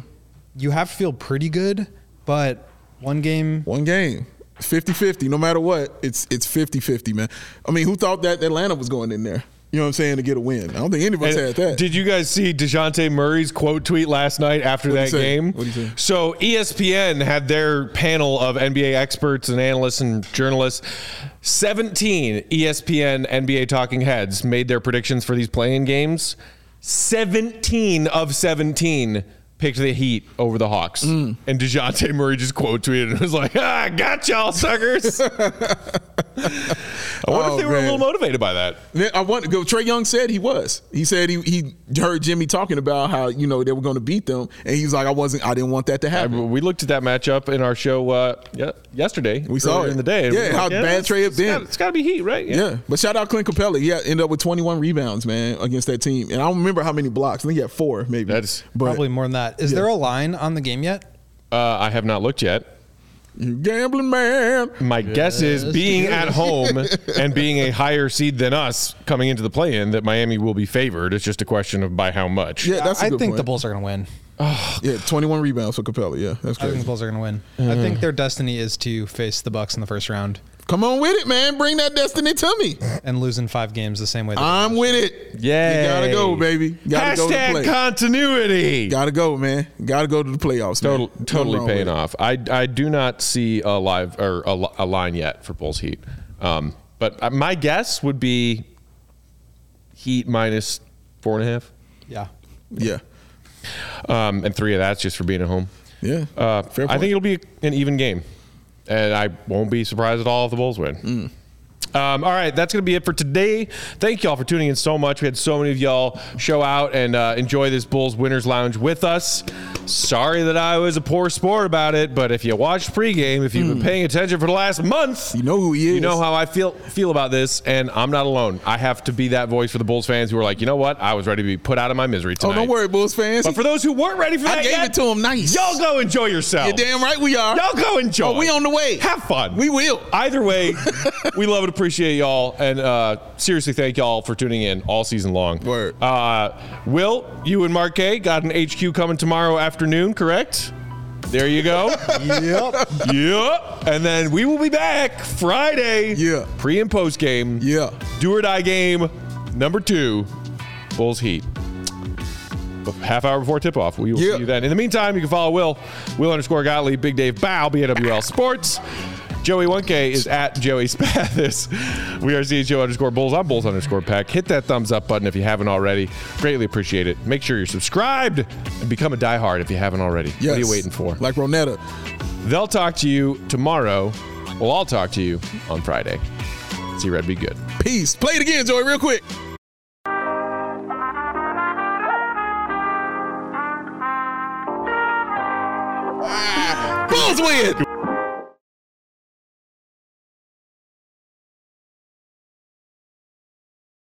You have to feel pretty good, but one game. One game. 50-50, no matter what, it's it's 50-50, man. I mean, who thought that Atlanta was going in there? You know what I'm saying, to get a win. I don't think any of us And had that. Did you guys see DeJounte Murray's quote tweet last night after What'd that he say? game? What'd he say? So E ESPN had their panel of NBA experts and analysts and journalists. E 17 ESPN NBA talking heads made their predictions for these playing games. 17 of 17 picked the Heat over the Hawks. Mm. And DeJounte Murray just quote tweeted and was like, ah, got y'all, suckers. I wonder Oh, if they were a man. little motivated by that. Yeah, I want to go. Trey Young said he was. He said he, he heard Jimmy talking about how you know they were going to beat them, and he's like, I wasn't. I didn't want that to I- happen. we looked at that matchup in our show uh, ye- yesterday. We saw earlier it. in the day. Yeah, how bad that's- Trey had it's been. gotta- it's got to be Heat, right? yeah. but shout out Clint Capella. Yeah, ended up with 21 rebounds, man, against that team. And I don't remember how many blocks. I think he had four, maybe. That's- but Probably more than that. Is there a line on the game yet? Uh, I have not looked yet. You gambling man. My guess is being at home and being a higher seed than us coming into the play-in that Miami will be favored. It's just a question of by how much. Yeah, that's. a I good think point. the Bulls are going to win. yeah, 21 rebounds for Capella. Yeah, I that's think the crazy. Bulls are going to win. I think their destiny is to face the Bucks in the first round Come on with it, man. Bring that destiny to me. and lose in five games the same way. They I'm with it. Yay. You gotta go, baby. Gotta go to the Hashtag play. continuity. gotta go, man. Gotta go to the playoffs. man. Total, Nothing totally wrong with paying it. off. I, I do not see a live or a, li- a line yet for Bulls Heat. Um, but uh, my guess would be Heat minus four and a half. yeah. Yeah. Um, and three of that's just for being at home. Yeah. Uh, Fair I point. think it'll be an even game, and I won't be surprised at all if the Bulls win. Hmm. Um, all right, that's going to be it for today. Thank y'all for tuning in so much. We had so many of y'all show out and uh, enjoy this Bulls Winners Lounge with us. Sorry that I was a poor sport about it, but if you watched pregame, if you've been paying attention for the last month, Hmm. You know who he is. you know how I feel feel about this, and I'm not alone. I have to be that voice for the Bulls fans who are like, you know what? I was ready to be put out of my misery Oh, tonight. don't worry, Bulls fans. But for those who weren't ready for that, I gave yet, it to him nice. Y'all go enjoy yourself. You're damn right we are. Y'all go enjoy. Oh, we on the way. Have fun. We will. Either way, we love and appreciate y'all, and uh, seriously, thank y'all for tuning in all season long. Word. Uh, Will, you and Mark K got an HQ coming tomorrow afternoon, correct? There you go. yep. Yep. And then we will be back Friday. Yeah. Pre and post game. Yeah. Do or die game number two. Bulls Heat. Half hour before tip off. We will Yeah. see you then. In the meantime, you can follow Will, Will underscore Gottlieb, Big Dave Bow, BNWL Sports. Joey 1K is at Joey Spathis. We are CHO underscore Bulls. I'm Bulls underscore Pack. Hit that thumbs up button if you haven't already. Greatly appreciate it. Make sure you're subscribed and become a diehard if you haven't already. What are you Yes. waiting for? Like Ronetta. They'll talk to you tomorrow. Well, I'll talk to you on Friday. See you, Red. Be good. Peace. Play it again, Joey, real quick. Ah, Bulls win.